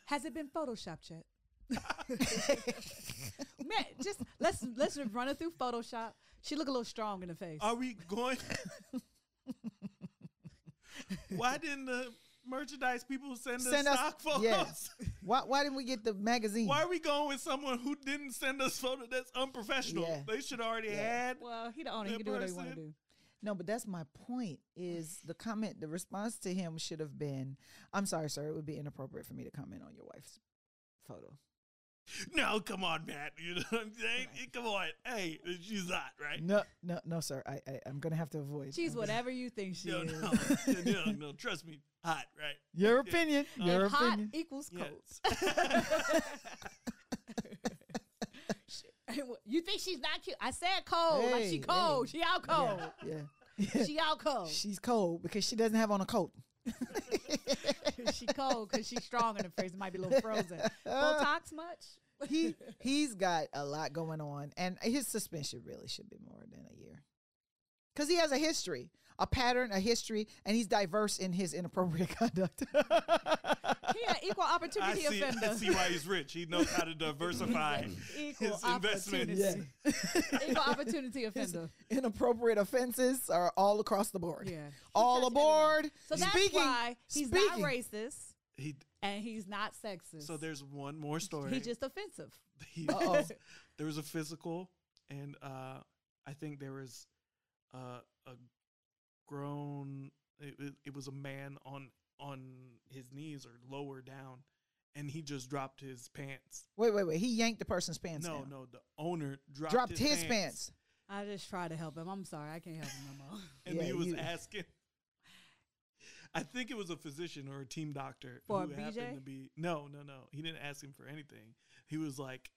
S2: Has it been photoshopped yet? Man, just let's let's run it through Photoshop. She look a little strong in the face.
S3: Are we going? why didn't the merchandise people send,
S1: Send us-
S3: us stock photos?
S1: yeah. Why, why didn't we get the magazine?
S3: Why are we going with someone who didn't send us photo? That's unprofessional.
S1: Yeah,
S3: They should already
S1: yeah.
S3: had.
S2: well, he the owner. He
S3: that
S2: can do whatever he want to
S3: person-
S2: do.
S1: No, but that's my point. Is the comment the response to him should have been, "I'm sorry, sir. It would be inappropriate for me to comment on your wife's photo."
S3: No, come on, Matt. You know what I'm saying? Come on. Hey, she's hot, right?
S1: No, no, no, sir. I, I I'm gonna have to avoid.
S2: She's
S1: I'm gonna-
S2: whatever you think she
S3: No,
S2: is.
S3: no, no, no, no. Trust me, hot, right?
S1: Your opinion. Your
S2: And hot
S1: opinion.
S2: equals
S3: Yes.
S2: cold. you think she's not cute? I said cold. like
S1: Hey,
S2: she cold.
S1: hey.
S2: She out cold.
S1: Yeah. yeah.
S2: She out cold.
S1: She's cold because she doesn't have on a coat.
S2: she cold because she's strong in the face. It might be a little frozen. Botox much?
S1: He he's got a lot going on, and his suspension really should be more than a year, because he has a history, a pattern, a history, and he's diverse in his inappropriate conduct.
S2: He an equal
S3: I
S2: opportunity
S3: see,
S2: offender.
S3: I see why he's rich. He knows how to diversify
S2: Equal
S3: his investment.
S2: opportunity. equal opportunity
S1: His
S2: offender.
S1: inappropriate offenses are all across the board.
S2: Yeah.
S1: All
S2: Because
S1: aboard.
S2: So that's
S1: speaking,
S2: why he's
S1: speaking,
S2: not racist
S3: He,
S2: and he's not sexist.
S3: so there's one more story.
S2: He's just offensive.
S3: He-
S1: Uh-oh.
S3: there was a physical, and uh, I think there was uh, a grown. It, it, it was a man on on his knees or lower down, and he just dropped his pants.
S1: Wait, wait, wait. He yanked the person's pants.
S3: no,
S1: down.
S3: no, the owner dropped,
S1: Dropped his, pants.
S2: I just try to help him. I'm sorry. I can't help him no more.
S3: and
S1: Yeah,
S3: he was
S1: you-
S3: asking. I think it was a physician or a team doctor
S2: For a
S3: who
S2: BJ?
S3: happened to be no, no, no. He didn't ask him for anything. He was like,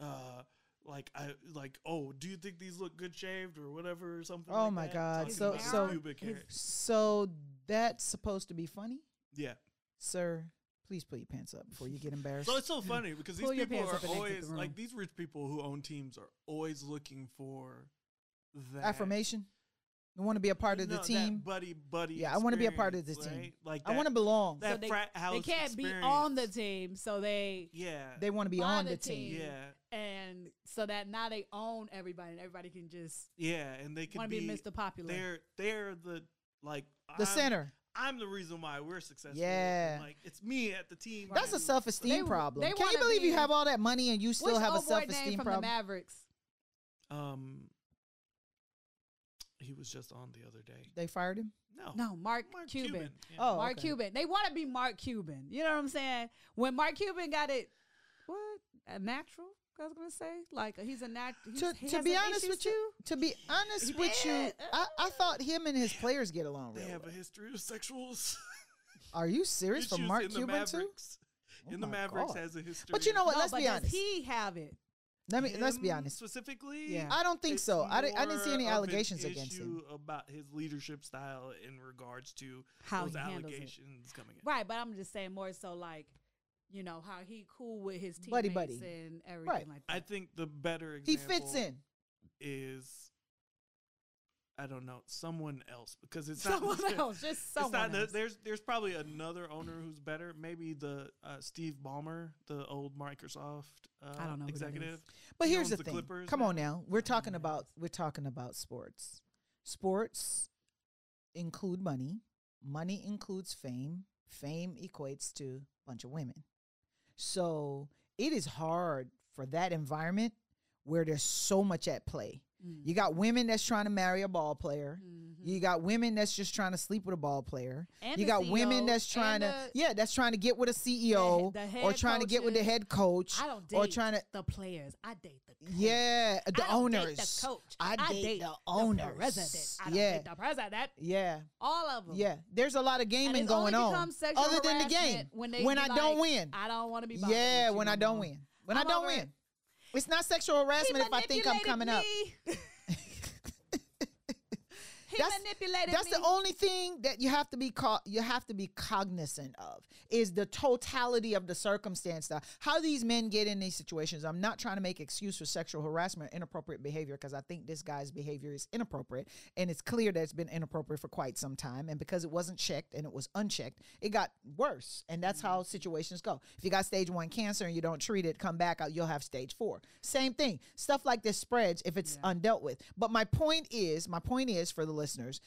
S3: uh, like I like, oh, do you think these look good shaved or whatever or something?
S1: Oh
S3: like
S1: my
S3: that,
S1: God,
S3: talking
S2: so-
S3: about his
S2: so
S3: pubic
S2: his-
S3: hair.
S1: So that's supposed to be funny,
S3: yeah.
S1: sir. Please pull your pants up before you get embarrassed.
S3: So it's so funny because these
S2: Pull your
S3: people
S2: pants
S3: are
S2: up and exit
S3: always
S2: the room.
S3: like these rich people who own teams are always looking for that
S1: Affirmation. You want to be a part of
S3: no,
S1: the
S3: that
S1: team.
S3: buddy, buddy.
S1: Yeah, I wanna be a part of the
S3: experience,
S1: team.
S3: right? Like
S1: I want to belong.
S3: That
S2: so they,
S3: frat
S2: they
S3: house
S2: can't be on the
S3: experience.
S2: team, so they
S3: Yeah,
S1: They want to be
S2: Buy
S1: on
S2: the
S1: the team.
S2: team.
S3: yeah.
S2: and so that now they own everybody, and everybody can just
S3: Yeah, and they could
S2: want to
S3: be,
S2: be Mr. Popular.
S3: They're they're the like
S1: The
S3: I'm-
S2: Um,
S1: center.
S3: I'm the reason why we're successful.
S1: Yeah.
S3: like it's me at the team.
S1: That's a
S3: and-
S1: self
S2: They
S1: esteem
S2: w-
S1: problem.
S2: they
S1: Can you
S2: wanna
S1: believe you
S2: be-
S1: have all that money and you still
S2: What's
S1: have a
S2: old boy
S1: self
S2: name
S1: esteem
S2: from The
S1: problem?
S2: Mavericks.
S3: Um, he was just on the other day.
S1: They fired him.
S3: No,
S2: No, Mark,
S3: Mark
S2: Cuban.
S3: yeah.
S1: Oh,
S2: Mark
S1: okay.
S2: Cuban. They want to be Mark Cuban. You know what I'm saying? When Mark Cuban got it, what a natural? I was gonna say, like he's a nat. he's-
S1: To,
S2: he
S1: to
S2: has
S1: be
S2: some
S1: honest
S2: issues
S1: with you, to be honest with you, I, I thought him and his players get along
S3: They
S1: real
S3: have a
S1: well.
S3: history of sexual s-
S1: Are you serious?
S3: issues
S1: From Mark
S3: in the
S1: Cuban too?
S3: Mavericks.
S1: Oh
S3: in the
S1: my
S3: Mavericks
S1: God.
S3: has a history.
S1: But you know
S3: of-
S1: what?
S2: too.
S1: oh,
S2: No,
S1: let's
S2: but
S1: be
S2: does
S1: honest.
S2: he have it?
S1: Let me let's be
S3: Him
S1: honest.
S3: Specifically,
S2: Yeah.
S1: I don't think
S3: it's
S1: so. I didn't, I didn't see any
S3: more of an
S1: allegations against him.
S3: issue About his leadership style in regards to
S2: How
S3: those
S2: he handles it.
S3: allegations coming in.
S2: Right, but I'm just saying more so like, you know, how he cool with his teammates
S1: Buddy, buddy.
S2: and everything
S1: Right.
S2: like that.
S3: I think the better
S1: He
S3: example
S1: fits in.
S3: is I don't know someone else because it's
S2: someone
S3: not
S2: else, just
S3: It's
S2: someone
S3: not,
S2: else.
S3: there's there's probably another owner who's better. Maybe the uh, Steve Ballmer, the old Microsoft uh,
S2: don't know who that is.
S3: executive.
S1: But
S3: He
S1: here's
S3: owns
S1: the
S3: the
S1: thing.
S3: Clippers
S1: Come
S3: now.
S1: on now. We're talking
S2: yeah.
S1: about we're talking about sports. Sports include money. Money includes fame. Fame equates to a bunch of women. So it is hard for that environment where there's so much at play.
S2: Mm.
S1: You got women that's trying to marry a ball player.
S2: Mhm.
S1: You got women that's just trying to sleep with a ball player.
S2: And
S1: you
S2: the
S1: got women
S2: CEOs
S1: that's trying
S2: and
S1: to
S2: the-
S1: yeah, that's trying to get with a CEO
S2: the
S1: or
S2: head
S1: trying to get with the
S2: coaches.
S1: head coach
S2: I don't date
S1: or trying to
S2: the players. I date the coach.
S1: yeah, uh, the
S2: I don't
S1: owners.
S2: date the coach.
S1: I date the
S2: The
S1: owners.
S2: president. I don't
S1: Yeah.
S2: date the president.
S1: Yeah,
S2: All of them.
S1: yeah. There's a lot of
S2: And
S1: gaming
S2: it's only
S1: going on.
S2: becomes sexual
S1: Other than the
S2: harassment
S1: game,
S2: when, they
S1: when
S2: be
S1: I don't
S2: like,
S1: win.
S2: I don't want to be. bothered
S1: Yeah,
S2: with you
S1: when
S2: no
S1: I don't
S2: more."
S1: win. When
S2: I'm
S1: I don't
S2: over it.
S1: win. It's not sexual harassment if I think I'm
S2: manipulated
S1: coming up.
S2: me. he
S1: That's-
S2: manipulated
S1: That's
S2: me.
S1: the only thing that you have to be co- you have to be cognizant of is the totality of the circumstance. That, how these men get in these situations. I'm not trying to make excuse for sexual harassment, inappropriate behavior, because I think this guy's behavior is inappropriate, and it's clear that it's been inappropriate for quite some time. And because it wasn't checked and it was unchecked, it got worse. And that's how situations go. If you got stage one cancer and you don't treat it, come back out, you'll have stage four. Same thing. Stuff like this spreads if it's undealt with. But my point is, my point is for the listeners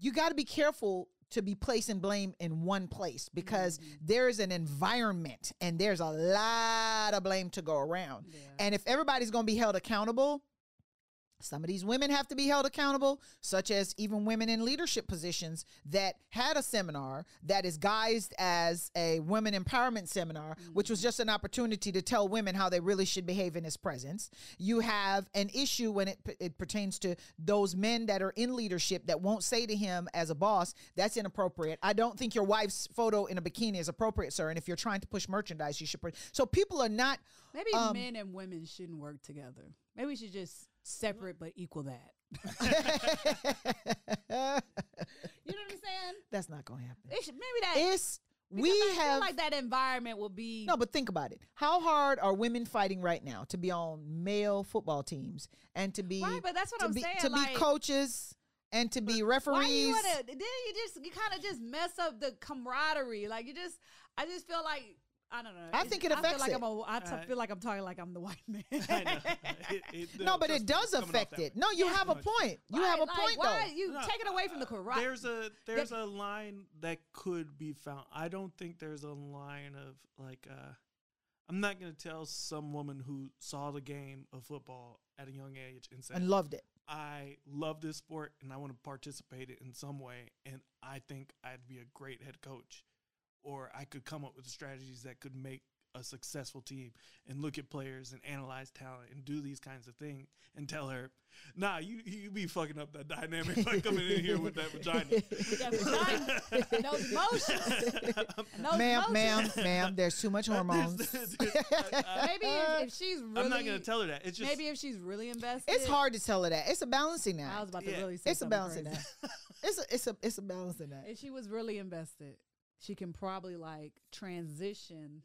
S1: you got to be careful to be placing blame in one place because there's an environment and there's a lot of blame to go around. And if everybody's going to be held accountable, some of these women have to be held accountable, such as even women in leadership positions that had a seminar that is guised as a women empowerment seminar, which was just an opportunity to tell women how they really should behave in his presence. You have an issue when it, it pertains to those men that are in leadership that won't say to him as a boss, that's inappropriate. I don't think your wife's photo in a bikini is appropriate, sir. And if you're trying to push merchandise, you should. Put, so people are not.
S2: Maybe
S1: um,
S2: men and women shouldn't work together. Maybe we should just separate but equal that. You know what I'm saying?
S1: that's not going to happen.
S2: It should, maybe that.
S1: It's
S2: because
S1: we
S2: I feel
S1: have
S2: like that environment will be
S1: no, but think about it. How hard are women fighting right now to be on male football teams and to be
S2: Right, but that's what
S1: to
S2: I'm
S1: be,
S2: saying,
S1: to
S2: like-
S1: be coaches and to be
S2: Why you
S1: referees?
S2: wanna? Then you just you kind of just mess up the camaraderie. Like you just, I just feel like I don't know.
S1: I
S2: It's-
S1: think it
S2: I feel
S1: affects
S2: like
S1: it.
S2: I'm a, I t-
S3: Uh,
S2: feel like I'm talking like I'm the white man.
S3: I know. It- it-
S1: no, but
S3: trust
S1: it
S3: me,
S1: does
S3: it's coming off
S1: affect
S3: that
S1: it.
S3: way.
S1: No, you have a
S3: much.
S1: point. You
S2: Why-
S1: have a
S2: like,
S1: point
S2: Why
S1: though.
S2: you
S3: No,
S2: take it away from the karate?
S3: There's a there's a line that could be found. I don't think there's a line of like uh I'm not gonna tell some woman who saw the game of football at a young age and said
S1: and loved it.
S3: I love this sport and I want to participate it in some way and I think I'd be a great head coach or I could come up with strategies that could make a successful team and look at players and analyze talent and do these kinds of things and tell her, nah, you you be fucking up that dynamic by coming in here with that vagina.
S2: That vagina, and those emotions, and those
S1: Ma'am,
S2: emotions.
S1: ma'am, ma'am, there's too much hormones.
S2: Maybe if, if she's really,
S3: I'm not gonna tell her that. It's just
S2: Maybe if she's really invested,
S1: It's hard to tell her that. It's a balancing
S2: I was
S1: act.
S2: about to
S3: Yeah.
S2: really say
S1: It's a
S2: something
S1: balancing
S2: crazy.
S1: act. It's a it's a it's a balancing act.
S2: If she was really invested, she can probably like transition.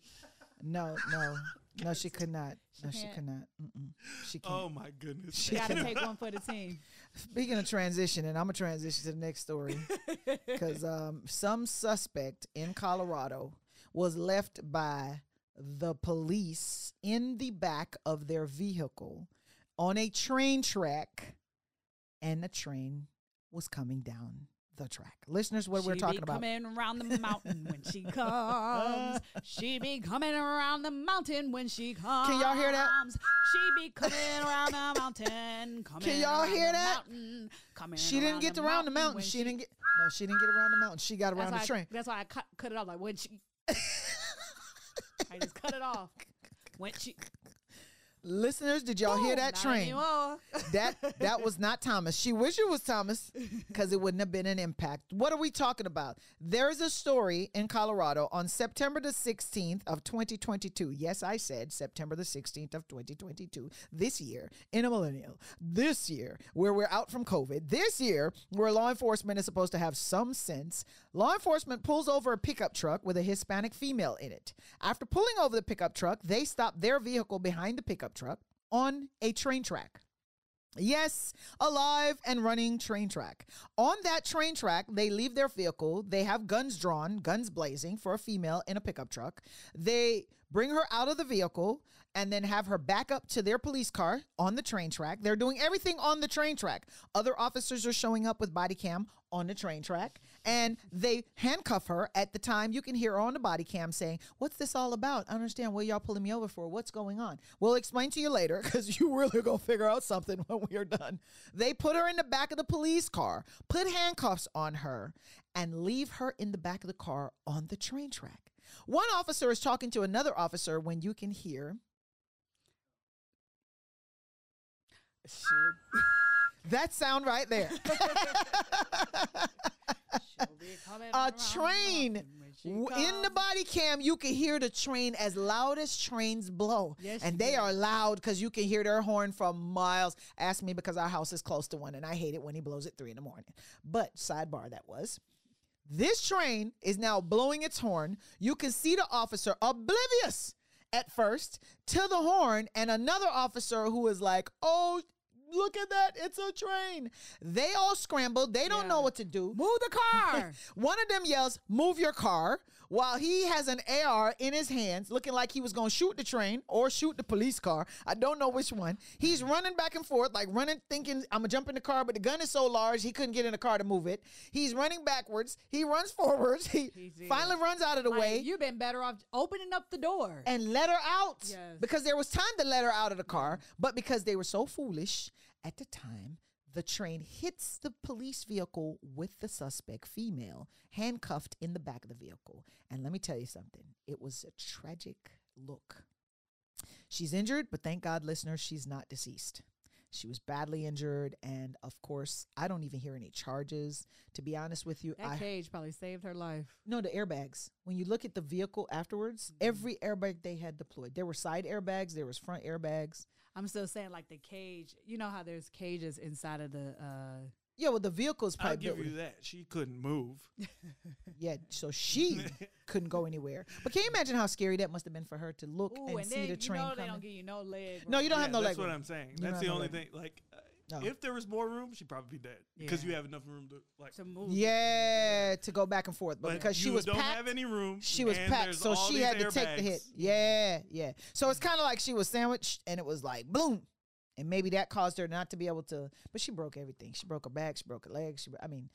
S1: No, no, no. She could not.
S2: She
S1: No, she
S2: can't. Um,
S1: could not. Mm-mm. She can't.
S3: Oh my goodness.
S2: She got to take one for the team.
S1: Speaking of transition, and I'm gonna transition to the next story because um, some suspect in Colorado was left by the police in the back of their vehicle on a train track, and the train was coming down the track. Listeners, what we're
S2: she
S1: talking
S2: be
S1: about?
S2: coming around the mountain when she comes. she be coming around the mountain when she comes.
S1: y'all hear that?
S2: She be coming around the mountain. Coming
S1: y'all
S2: around
S1: hear
S2: the
S1: that?
S2: Mountain, coming
S1: She didn't get around the mountain.
S2: when
S1: She didn't get. No, she didn't get around the mountain. She got
S2: that's
S1: around
S2: why
S1: the train.
S2: I, that's why I cut, cut it off. Like when she, I just cut it off. When she,
S1: Listeners, did y'all hear that
S2: Not
S1: train?
S2: anymore.
S1: That that was not Thomas. She wish it was Thomas because it wouldn't have been an impact. What are we talking about? There's a story in Colorado on September the 16th of 2022. Yes, I said September the 16th of 2022. This year in a millennial. This year where we're out from COVID. This year where law enforcement is supposed to have some sense. Law enforcement pulls over a pickup truck with a Hispanic female in it. After pulling over the pickup truck, they stop their vehicle behind the pickup truck on a train track. Yes, a live and running train track. On that train track, they leave their vehicle. They have guns drawn, guns blazing for a female in a pickup truck. They bring her out of the vehicle and then have her back up to their police car on the train track. They're doing everything on the train track. Other officers are showing up with body cam on the train track and they handcuff her at the time you can hear her on the body cam saying what's this all about i don't understand what y'all pulling me over for what's going on we'll explain to you later because you really gonna figure out something when we are done they put her in the back of the police car put handcuffs on her and leave her in the back of the car on the train track one officer is talking to another officer when you can hear
S2: Should,
S1: that sound right there
S2: should be coming
S1: a
S2: around the
S1: train
S2: mountain when she
S1: W- in the
S2: comes.
S1: body cam you can hear the train as loud as trains blow
S2: Yes,
S1: and
S2: you
S1: they
S2: can.
S1: are loud because you can hear their horn from miles ask me because our house is close to one and i hate it when he blows at three in the morning but sidebar that was this train is now blowing its horn you can see the officer oblivious at first to the horn and another officer who is like oh look at that it's a train they all scramble they don't know
S2: Yeah.
S1: what to do
S2: Move the car.
S1: one of them yells, "Move your car!" While he has an AR in his hands, looking like he was going to shoot the train or shoot the police car. I don't know which one. He's running back and forth, like running, thinking, "I'm gonna jump in the car," but the gun is so large he couldn't get in the car to move it. He's running backwards. He runs forwards. He
S2: He did.
S1: finally runs out of the
S2: Like,
S1: way
S2: You've been better off opening up the door.
S1: and let her out
S2: Yes.
S1: because there was time to let her out of the car, but because they were so foolish at the time, the train hits the police vehicle with the suspect, female, handcuffed in the back of the vehicle. And let me tell you something it was a tragic look. She's injured, but thank God, listeners, she's not deceased. She was badly injured, and of course, I don't even hear any charges. To be honest with you,
S2: that
S1: I
S2: cage probably saved her life.
S1: no, the airbags. When you look at the vehicle afterwards,
S3: Mm-hmm.
S1: every airbag they had deployed. There were side airbags, there was front airbags.
S2: I'm still saying like the cage. You know how there's cages inside of the. uh
S1: Yeah, well, the vehicle's
S3: I'll
S1: probably
S3: give
S1: built.
S3: you
S1: with-
S3: that. She couldn't move.
S1: Yeah, so she couldn't go anywhere. But can you imagine how scary that must have been for her to look
S2: Ooh,
S1: and,
S2: and,
S1: see
S2: then
S1: the
S2: you
S1: train
S2: know they
S1: coming?
S2: don't give you no leg.
S1: no,
S2: room.
S1: you don't have
S3: Yeah,
S1: no leg.
S3: that's what
S1: room.
S3: I'm saying.
S1: You don't
S3: that's
S1: have
S3: the
S1: no
S3: only
S1: leg
S3: thing. Like, uh,
S1: No.
S3: if there was more room, she'd probably be dead because
S2: Yeah.
S3: you have enough room to like.
S2: to move.
S1: Yeah, to go back and forth, but,
S3: but
S1: because she
S3: you
S1: was
S3: don't
S1: packed,
S3: have any room.
S1: she was
S3: and
S1: packed,
S3: there's
S1: so
S3: all
S1: she
S3: these
S1: had to take the
S3: airbags.
S1: hit. Yeah, yeah. So it's kind of like she was sandwiched, and it was like boom, and maybe that caused her not to be able to. But she broke everything. She broke her back. She broke her legs. She, bro- I mean,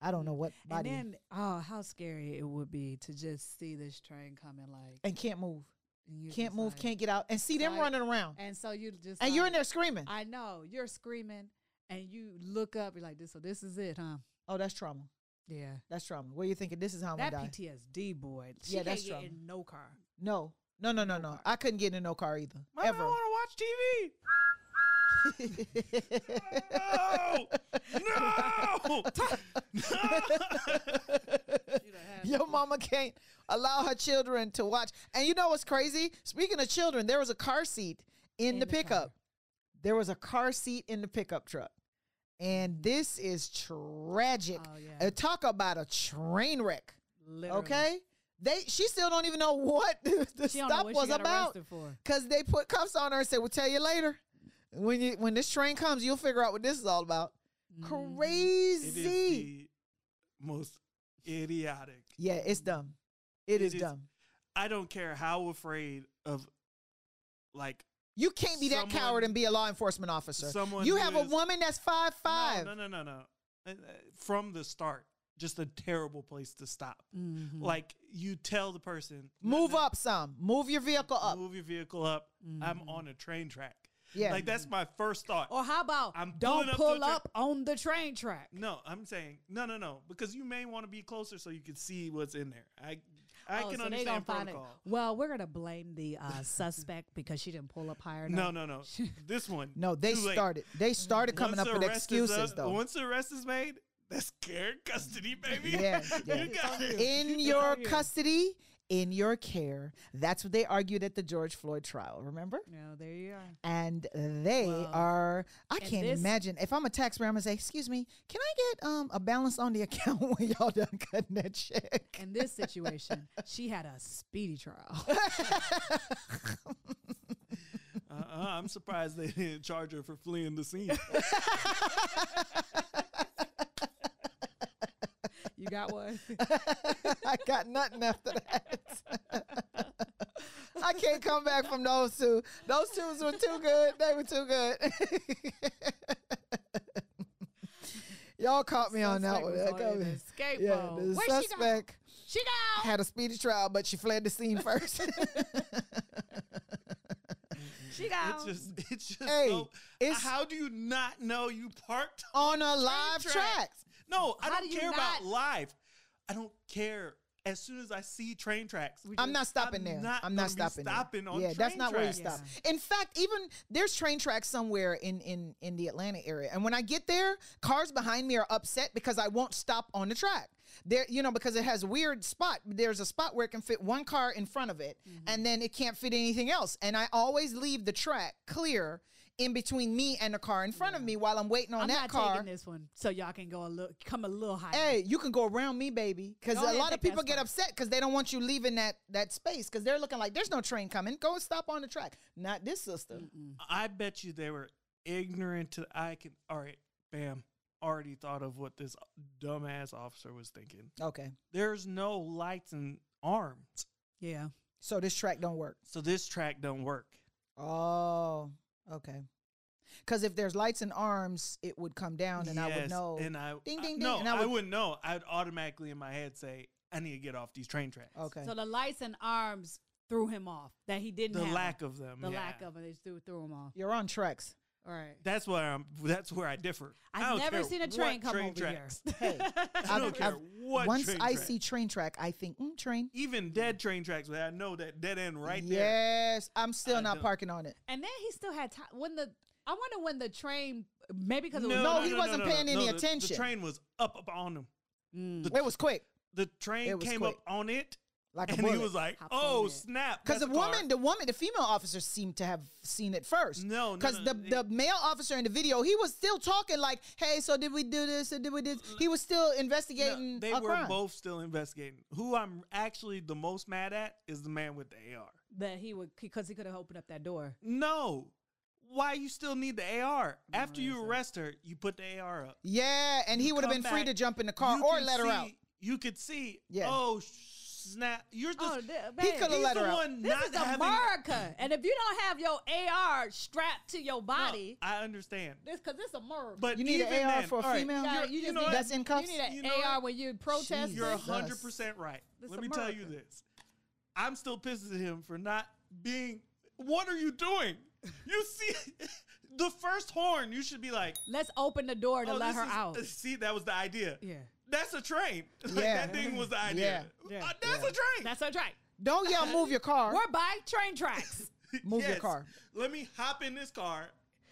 S1: I don't know what
S2: And
S1: body and,
S2: then, oh, how scary it would be to just see this train coming, like
S1: can't move,
S2: and you
S1: can't
S2: just
S1: move,
S2: like-
S1: can't get out, and see them
S2: like-
S1: running around,
S2: And so you just
S1: and you're in
S2: like-
S1: there screaming.
S2: I know you're screaming, and you look up. You're like this. So this is it, huh?
S1: Oh, that's trauma.
S2: Yeah.
S1: That's trauma. What are you thinking? This is how I'm
S2: that
S1: gonna die.
S2: PTSD boy. Oh She
S1: Yeah,
S2: can't
S1: that's
S2: get
S1: trauma.
S2: in no car.
S1: No, no, no, no, no. I couldn't get in no car either.
S3: Mom, I
S1: ever.
S3: want to watch TV. No! no!
S2: She done had-
S1: Your mama can't allow her children to watch. And you know what's crazy? Speaking of children, there was a car seat in,
S2: In
S1: the,
S2: the car.
S1: pickup. There was a car seat in the pickup truck. And this is tragic.
S2: Mm. Oh, yeah.
S1: Uh, Talk about a train wreck.
S2: Literally.
S1: Okay? They she still don't even know what the
S2: She don't know
S1: stuff
S2: what
S1: was
S2: she got
S1: about
S2: arrested for.
S1: because they put cuffs on her and said, "We'll tell you later. When you when this train comes, you'll figure out what this is all about."
S2: Mm-hmm.
S3: It is
S1: Crazy.
S3: the most idiotic.
S1: yeah, it's dumb.
S3: It
S1: it is,
S3: is-
S1: dumb.
S3: I don't care how afraid of, like,
S1: You can't be that coward
S3: Someone-
S1: and be a law enforcement officer.
S3: someone
S1: you
S3: who
S1: have a
S3: is-
S1: woman that's five five.
S3: No, no, no, no, no. Uh, uh, From the start, just a terrible place to stop.
S2: Mhm.
S3: Like you tell the person,
S1: Mm-hmm. Move
S3: "No,
S1: up some. Move your vehicle
S3: no,
S1: up.
S3: move your vehicle up. I'm on a train track.
S1: Yeah.
S3: Like that's my first thought.
S2: Mm-hmm. Or how about
S3: I'm
S2: don't
S3: pulling up to
S2: pull
S3: the tra-
S2: up on the train track?
S3: No, I'm saying no, no, no, because you may want to be closer so you can see what's in there. I, I
S2: Oh,
S3: can
S2: so they gonna
S3: understand
S2: find it.
S3: protocol.
S2: Well, we're gonna blame the uh, suspect because she didn't pull up higher
S3: No,
S2: enough.
S3: no, no. this one.
S1: No, they
S3: too late.
S1: started. They started coming
S3: Once
S1: up
S3: the
S1: with
S3: arrest is
S1: excuses
S3: up-
S1: though.
S3: Once the arrest is made, that's care custody, baby.
S1: Yeah, yeah.
S3: you got it.
S1: in your
S2: you.
S1: custody, in your care. That's what they argued at the George Floyd trial. Remember?
S2: No, there you are.
S1: And they
S2: Well,
S1: are. I
S2: and
S1: can't
S2: this-
S1: imagine if I'm a taxpayer. I'm gonna say, "Excuse me, can I get um a balance on the account when y'all done cutting that check?"
S2: In this situation, she had a speedy trial.
S3: Uh-uh, I'm surprised they didn't charge her for fleeing the scene.
S2: You got one.
S1: I got nothing after that. I can't come back from those two. Those two were too good. They were too good. Y'all caught me on that
S2: Suspect
S1: one.
S2: was
S1: That
S2: on
S1: caught
S2: the
S1: me.
S2: escape
S1: Yeah,
S2: mode.
S1: the
S2: Where's she go?
S1: suspect
S2: She go.
S1: had a speedy trial, but she fled the scene first.
S2: She
S3: it's
S2: go.
S3: just, it's just.
S1: Hey,
S3: so,
S1: it's-
S3: how do you not know you parked?
S1: on a live
S3: track.
S1: track.
S3: No, I
S2: How
S3: don't
S2: do you
S3: care about
S2: not-
S3: live. I don't care. As soon as I see train tracks,
S2: We
S1: I'm
S2: just-
S1: not stopping
S3: I'm
S1: there.
S3: not
S1: I'm not
S3: gonna be
S1: stopping. there.
S3: stopping on
S1: yeah, that's
S3: train
S1: not where you
S2: tracks.
S1: stop. In fact, even there's train tracks somewhere in in in the Atlanta area, and when I get there, cars behind me are upset because I won't stop on the track. There, you know, because it has a weird spot. There's a spot where it can fit one car in front of it,
S3: Mm-hmm.
S1: and then it can't fit anything else. And I always leave the track clear in between me and the car in front of me while I'm waiting on
S2: I'm
S1: that
S2: not
S1: car.
S2: taking this one, so y'all can go a little, come a little higher.
S1: Hey, you can go around me, baby, because
S2: Go
S1: a
S2: ahead,
S1: lot of
S2: take that
S1: people get
S2: spot.
S1: upset because they don't want you leaving that that space because they're looking like there's no train coming. Go and stop on the track. Not this sister.
S3: Mm. I bet you they were ignorant to. I can. All right, bam. Already thought of what this dumbass officer was thinking.
S1: Okay,
S3: There's no lights and arms,
S2: Yeah.
S1: so this track don't work.
S3: so this track don't work.
S1: Oh, okay. Because if there's lights and arms, it would come down, and I would
S3: Yes,
S1: know.
S3: And I
S1: Ding,
S3: I-
S1: ding, ding,
S3: No,
S1: and I
S3: I,
S1: would-
S3: would, not know. I would automatically in my head say, "I need to get off these train tracks."
S1: okay,
S2: So the lights and arms threw him off. That he didn't.
S3: The
S2: have
S3: lack
S2: them.
S3: of them.
S2: The
S3: yeah.
S2: lack of it. They just threw, threw him off.
S1: you're on tracks.
S2: All right.
S3: That's where I'm. That's where I differ. I
S2: I've
S3: don't
S2: never
S3: care
S2: seen a
S3: what
S2: train come over
S3: tracks.
S2: here.
S1: Hey,
S3: I don't care what
S1: once
S3: train
S1: I
S3: track.
S1: see train track, I think mm, train.
S3: Even dead train tracks, where I know that dead end right there.
S1: yes, I'm still
S3: I
S1: not
S3: know.
S1: parking on it.
S2: And then he still had time when the. I wonder when the train. Maybe because it
S3: No,
S2: was
S1: No,
S3: no,
S1: he
S3: no,
S1: wasn't
S3: no, no,
S1: paying
S3: no,
S1: any
S3: the-
S1: attention.
S3: The train was up, up on him.
S2: Mm.
S3: The,
S1: It was quick,
S3: the train
S1: It was
S3: came
S1: quick.
S3: up on it,
S1: like a
S3: and he
S1: bullet.
S3: was like,
S2: Hopped on
S3: "Oh
S2: it.
S3: snap!"
S1: Because the
S3: that's a car."
S1: woman, the woman, the female officer seemed to have seen it first.
S3: No, no,
S1: because
S3: no,
S1: the
S3: it-
S1: the male officer in the video, he was still talking like, "Hey, so did we do this? Or did we do this?" He was still
S3: No,
S1: investigating.
S3: they
S1: a
S3: were
S1: crime.
S3: both still investigating. Who I'm actually the most mad at is the man with the AR.
S2: that he would because he could have opened up that door.
S3: No, why you still need the AR after you arrest her? You put the AR up.
S1: Yeah, and he would have
S3: come
S1: been free
S3: back,
S1: to jump in the car
S3: you
S1: or
S3: can
S1: let her
S3: see-
S1: out.
S3: You could see.
S1: Yeah.
S3: Oh snap! You're just.
S2: Oh, th-
S1: He
S2: man,
S1: could have
S3: he's
S1: let
S3: the
S1: her out.
S3: one
S2: This
S3: not
S2: is
S3: having.
S2: America, and if you don't have your AR strapped to your
S3: No,
S2: body,
S3: Oh, I understand,
S2: this because this America.
S3: but
S1: You need
S3: even
S1: an AR
S3: then,
S1: for a
S3: all right,
S1: female?
S2: Nah,
S3: you're-
S2: you
S3: you
S2: just
S3: know
S2: need-
S3: what?
S1: That's in
S2: you
S1: cuffs.
S2: need an
S3: You know
S2: AR
S3: what?
S2: when you protest.
S3: You're
S1: Jesus.
S3: hundred percent right.
S2: This
S3: Let me tell you
S2: America.
S3: this. I'm still pissed at him for not being. What are you doing? You see, the first horn, you should be like,
S2: Let's open the door to
S3: oh,
S2: let
S3: this
S2: her
S3: is-
S2: out.
S3: See, that was the idea.
S2: Yeah.
S3: That's a train. Like,
S1: Yeah.
S3: That thing was the idea.
S2: Yeah. Yeah.
S3: Uh, that's a train.
S2: That's our track.
S1: Don't yell, move your car
S2: We're by train tracks.
S1: Move your car.
S3: Let me hop in this car.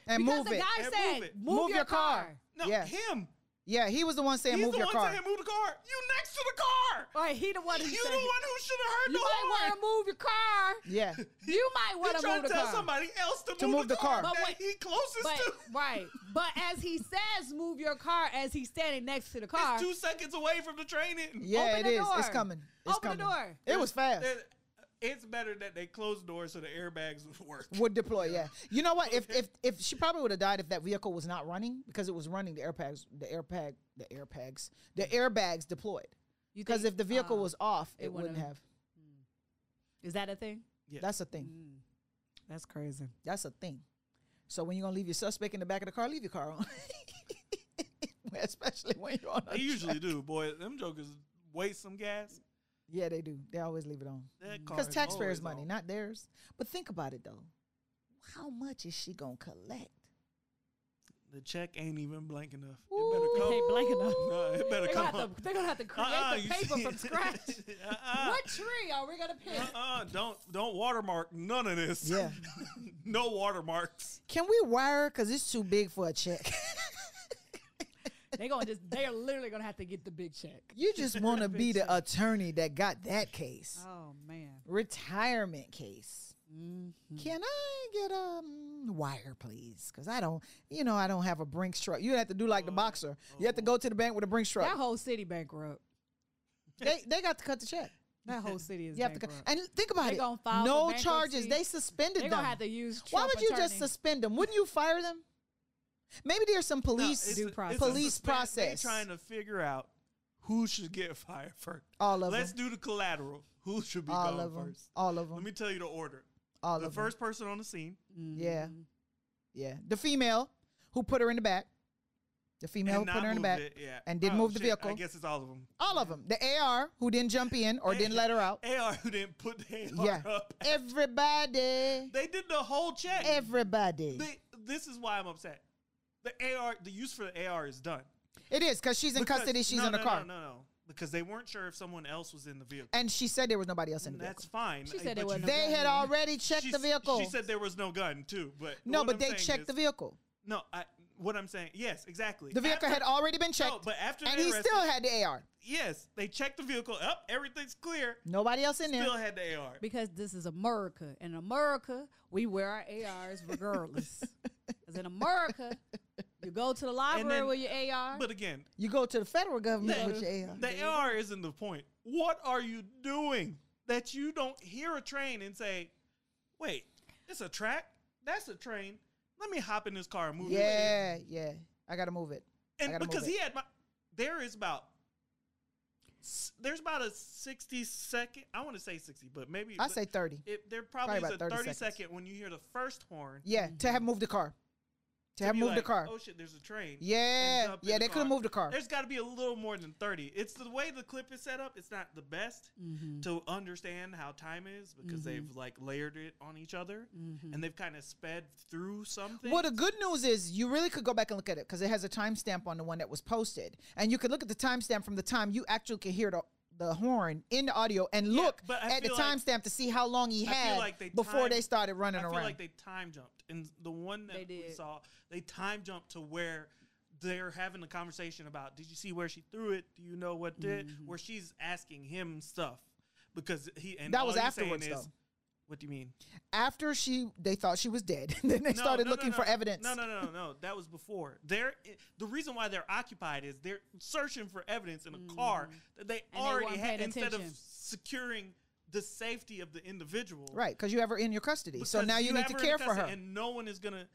S1: and
S2: because
S1: move
S2: the
S1: it.
S2: guy
S3: And
S2: said,
S3: move it.
S2: move, your, car.
S3: No,
S1: Yeah.
S3: him.
S1: Yeah, he was the one saying,
S3: He's
S1: "Move
S3: the
S1: your
S3: one
S1: car."
S3: saying move the car. You next to the car.
S2: Or he the one who
S3: You the
S2: said,
S3: one who should have
S2: you
S3: heard the
S2: might
S3: horn.
S2: want to move your car.
S1: yeah,
S2: You might
S3: He
S2: want to
S3: tried
S2: move
S3: to
S2: the
S3: tell
S2: car.
S3: somebody else to,
S1: move the car.
S2: But
S3: that
S2: wait-
S3: he closest
S2: But,
S3: to.
S2: right. But as he says, move your car as he's standing next to the car.
S3: It's two seconds away from the training.
S1: yeah,
S2: Open
S1: it
S2: the
S1: is. It's
S2: door.
S1: coming. It's
S2: Open the
S1: coming.
S2: door.
S1: It was fast.
S3: It's better that they close the doors so the airbags would work.
S1: Would deploy, yeah. You know what? If if if she probably would have died if that vehicle was not running because it was running, the airbags, the airbag, the airbags, the airbags deployed.
S2: You
S1: Because
S2: think,
S1: if the vehicle
S2: uh,
S1: was off,
S2: it
S1: it wouldn't
S2: wouldn't-
S1: have.
S2: Is that a thing?
S3: Yeah.
S1: That's a thing.
S2: That's crazy.
S1: That's a thing. So when you're gonna leave your suspect in the back of the car, leave your car on. Especially when you're on. A
S3: They usually
S1: track.
S3: do, boy. Them jokers waste some gas.
S1: Yeah, they do. They always leave it on
S3: That car
S1: because
S3: is
S1: taxpayers'
S3: always
S1: money,
S3: on.
S1: not theirs. But think about it though. How much is she gonna collect?
S3: The check ain't even blank enough. It better come.
S2: ain't blank enough.
S3: No, it better
S2: They're
S3: come.
S2: gonna, have to, they're gonna have to create
S3: Uh-uh,
S2: the
S3: you
S2: paper
S3: see-
S2: from scratch.
S3: Uh-uh.
S2: what tree are we gonna pick?
S3: Uh-uh, don't don't watermark none of this.
S1: Yeah.
S3: no watermarks.
S1: Can we wire? Cause it's too big for a check.
S2: They're gonna just they're literally gonna have to get the big check.
S1: you just want to be the attorney that got that case,
S2: Oh man.
S1: retirement case.
S2: Mm.
S1: Can I get a um, wire, please? Because I don't, you know, I don't have a Brinks truck. You have to do like
S2: Oh,
S1: the boxer. You have to go to the bank with a Brinks
S2: That
S1: truck.
S2: whole city bankrupt.
S1: They, they got to cut the check.
S2: That whole city is
S1: You have to cut.
S2: bankrupt.
S1: And think about
S2: They
S1: it.
S2: gonna file
S1: no
S2: for
S1: charges.
S2: bankruptcy.
S1: They suspended
S2: they're
S1: them.
S2: gonna have to use. Trump
S1: Why would you just
S2: attorney.
S1: suspend them? Wouldn't you fire them? Maybe there's some police.
S2: due
S3: a-
S2: process.
S3: a
S1: Police
S3: suspense.
S1: process.
S3: They're trying to figure out who should get fired first.
S1: All of
S3: Let's
S1: them.
S3: do the collateral. Who should be
S1: All
S3: gone
S1: of them.
S3: first?
S1: All of
S3: Let
S1: them.
S3: me tell you the order.
S1: All
S3: the
S1: of them.
S3: first person on the scene,
S1: Yeah.
S3: Mm-hmm.
S1: Yeah. The female who put her in the back. The female
S3: and
S1: who
S3: not
S1: put her in the
S3: moved
S1: back.
S3: it, yeah.
S1: and didn't
S3: Oh,
S1: move the
S3: shit, I
S1: vehicle.
S3: guess it's all of them.
S1: All of them. The AR who didn't jump in or didn't let her out.
S3: AR who didn't put the AR
S1: Yeah.
S3: up.
S1: Everybody.
S3: They did the whole check.
S1: Everybody.
S3: They- this is why I'm upset. The AR, the use for the AR is done.
S1: It is because she's in
S3: Because-
S1: custody. She's
S3: no,
S1: in the
S3: no,
S1: car.
S3: No, no, no. Because they weren't sure if someone else was in the vehicle.
S1: And she said there was nobody else in the
S3: That's
S1: vehicle.
S3: fine.
S2: She
S3: uh,
S2: said
S3: but
S2: it wasn't
S3: you-
S2: a
S1: They had already checked
S3: she
S1: the
S3: s-
S1: vehicle.
S3: She said there was no gun too, but
S1: no,
S3: what
S1: but
S3: I'm
S1: they
S3: saying
S1: checked
S3: is-
S1: the vehicle.
S3: No, I what I'm saying, yes, exactly.
S1: The vehicle
S3: After-
S1: had already been checked.
S3: No, but after
S1: and
S3: they
S1: he
S3: arrested-
S1: still had the AR.
S3: yes, they checked the vehicle up. Everything's clear.
S1: Nobody else in there.
S3: Still had the AR.
S2: Because this is America. In America, we wear our ARs regardless. Because in America, you go to the library
S3: then-
S2: with your AR.
S3: But again,
S1: you go to the federal government
S3: That-
S1: with your AR.
S3: the AR isn't the point. What are you doing that you don't hear a train and say, "Wait, it's a track. That's a train. Let me hop in this car and move." it later."
S1: yeah, yeah. I gotta move it. I
S3: and
S1: gotta
S3: because
S1: move
S3: he had my, there is about s- there's about a 60 second i want to say 60 but maybe
S1: it. I say thirty.
S3: it, there probably,
S1: probably
S3: is a
S1: about 30
S3: 30,
S1: seconds.
S3: second when you hear the first horn
S1: Yeah, to have moved the car. To have
S3: be
S1: moved the
S3: like,
S1: car.
S3: oh shit there's a train and
S1: Yeah,
S3: jump in
S1: yeah,
S3: the
S1: they could have
S3: car.
S1: moved the car.
S3: there's got to be a little more than 30 it's the way the clip is set up it's not the best
S1: Mm-hmm.
S3: to understand how time is because they've like layered it on each other and they've kind of sped through something
S1: Well, the Mm-hmm. good news is you really could go back and look at it because it has a timestamp on the one that was posted, and you could look at the timestamp from the time you actually could hear the the horn in the audio and
S3: Yeah,
S1: look
S3: but I
S1: at the
S3: feel like-
S1: timestamp to see how long he
S3: I feel
S1: had
S3: like they
S1: before
S3: timed-
S1: they started running
S3: I feel
S1: around.
S3: like they time jumped, and the one that
S2: They
S3: we
S2: did.
S3: saw, they time jumped to where they're having a conversation about. Did you see where she threw it? Do you know what did?
S1: Mm-hmm.
S3: Where she's asking him stuff because he and
S1: That
S3: all
S1: was
S3: he's
S1: afterwards,
S3: saying is,
S1: though.
S3: What do you mean?
S1: After she, they thought she was dead. then they
S3: No,
S1: started
S3: no, no,
S1: looking
S3: no.
S1: for evidence.
S3: No, no, no, no, no. That was before. They're the reason why they're occupied is they're searching for evidence in a car that they
S2: Mm. they
S3: already
S2: weren't
S3: had
S2: paying
S3: instead of
S2: attention.
S3: securing the safety of the individual.
S1: Right, because you have her in your custody, so
S3: Because
S1: now you, need
S3: have
S1: to
S3: her in
S1: care for her.
S3: custody And no one is gonna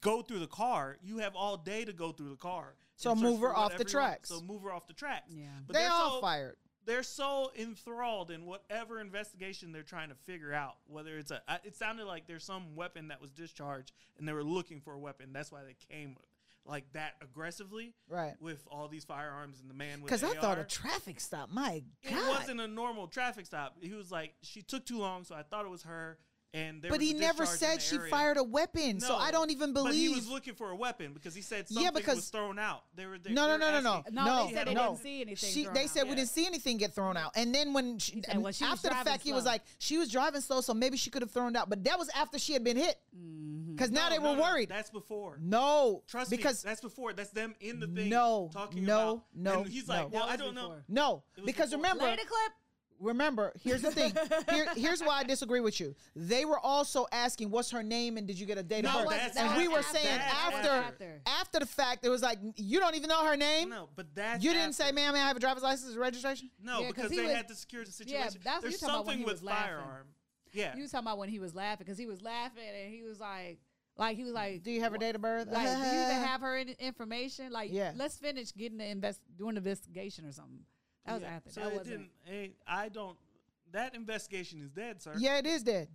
S3: go through the car. You have all day to go through the car.
S1: So
S3: and search
S1: move her
S3: for
S1: off the
S3: whatever you want.
S1: tracks.
S3: So move her off the tracks.
S2: Yeah.
S3: But
S1: they
S3: they're
S1: all
S3: so,
S1: fired.
S3: They're so enthralled in whatever investigation they're trying to figure out. Whether it's a, I- it sounded like there's some weapon that was discharged, and they were looking for a weapon. That's why they came like that aggressively.
S1: Right.
S3: With all these firearms and the man with.
S1: Because I thought a
S3: AR.
S1: traffic stop. My
S3: It
S1: God.
S3: wasn't a normal traffic stop. He was like, she took too long, so I thought it was her. And there
S1: But
S3: was
S1: he
S3: a
S1: never
S3: discharge
S1: said
S3: in the
S1: she
S3: area.
S1: fired a weapon, so
S3: No,
S1: I don't even
S3: But he
S1: believe.
S3: was looking for a weapon because he said something
S1: Yeah, because-
S3: was thrown out. They were they,
S1: No, no,
S3: they
S1: no, no,
S3: were
S1: no,
S3: asking-
S2: No,
S1: no.
S2: they said they
S1: no.
S2: didn't see anything
S1: She,
S2: thrown
S1: they
S2: out.
S1: said we
S3: Yeah.
S1: didn't see anything get thrown out, and then when she,
S2: said, "Well, she was
S1: after the
S2: driving
S1: fact, he was
S2: slow."
S1: like, she was driving slow, so maybe she could have thrown out. But that was after she had been hit,
S2: Mm-hmm.
S1: because now
S3: No,
S1: they
S3: no,
S1: were
S3: no,
S1: worried.
S3: That's before.
S1: No,
S3: Trust
S1: because
S3: me, that's before. That's them in the thing.
S1: No,
S3: talking
S1: no,
S3: about.
S1: no,
S3: And he's
S1: no.
S3: like, well,
S2: That
S3: I
S2: was
S3: don't know.
S2: before.
S1: no,
S3: It was
S1: because
S3: before.
S1: remember,
S2: Play the clip.
S1: remember. Here's the thing. Here, here's why I disagree with you. They were also asking, "What's her name?" and "Did you get a date
S3: No,
S1: of birth?"
S3: that's
S1: and we were
S3: after.
S1: saying
S3: That's
S1: after, after,
S2: after.
S1: the fact, it was like, "You don't even know her name."
S3: No, but that's
S1: You didn't
S3: after.
S1: say, ma'am, may I have a driver's license or registration?
S3: No,
S2: Yeah, 'cause
S3: because
S2: he
S3: they
S2: was-
S3: had to secure the situation.
S2: Yeah, that's what
S3: There's
S2: you're talking about when
S3: something
S2: he
S3: with
S2: was laughing.
S3: firearm. Yeah.
S2: You was talking about when he was laughing because he was laughing and he was like, like he was like,
S1: Do you have her date of birth?
S2: Like, do you even have her in information? Like,
S1: Yeah.
S2: let's finish getting the invest, doing the investigation or something. That was
S3: Yeah.
S2: after.
S3: So
S2: that
S3: it
S2: wasn't.
S3: didn't. ain't- I don't. That investigation is dead, sir.
S1: yeah, it is dead.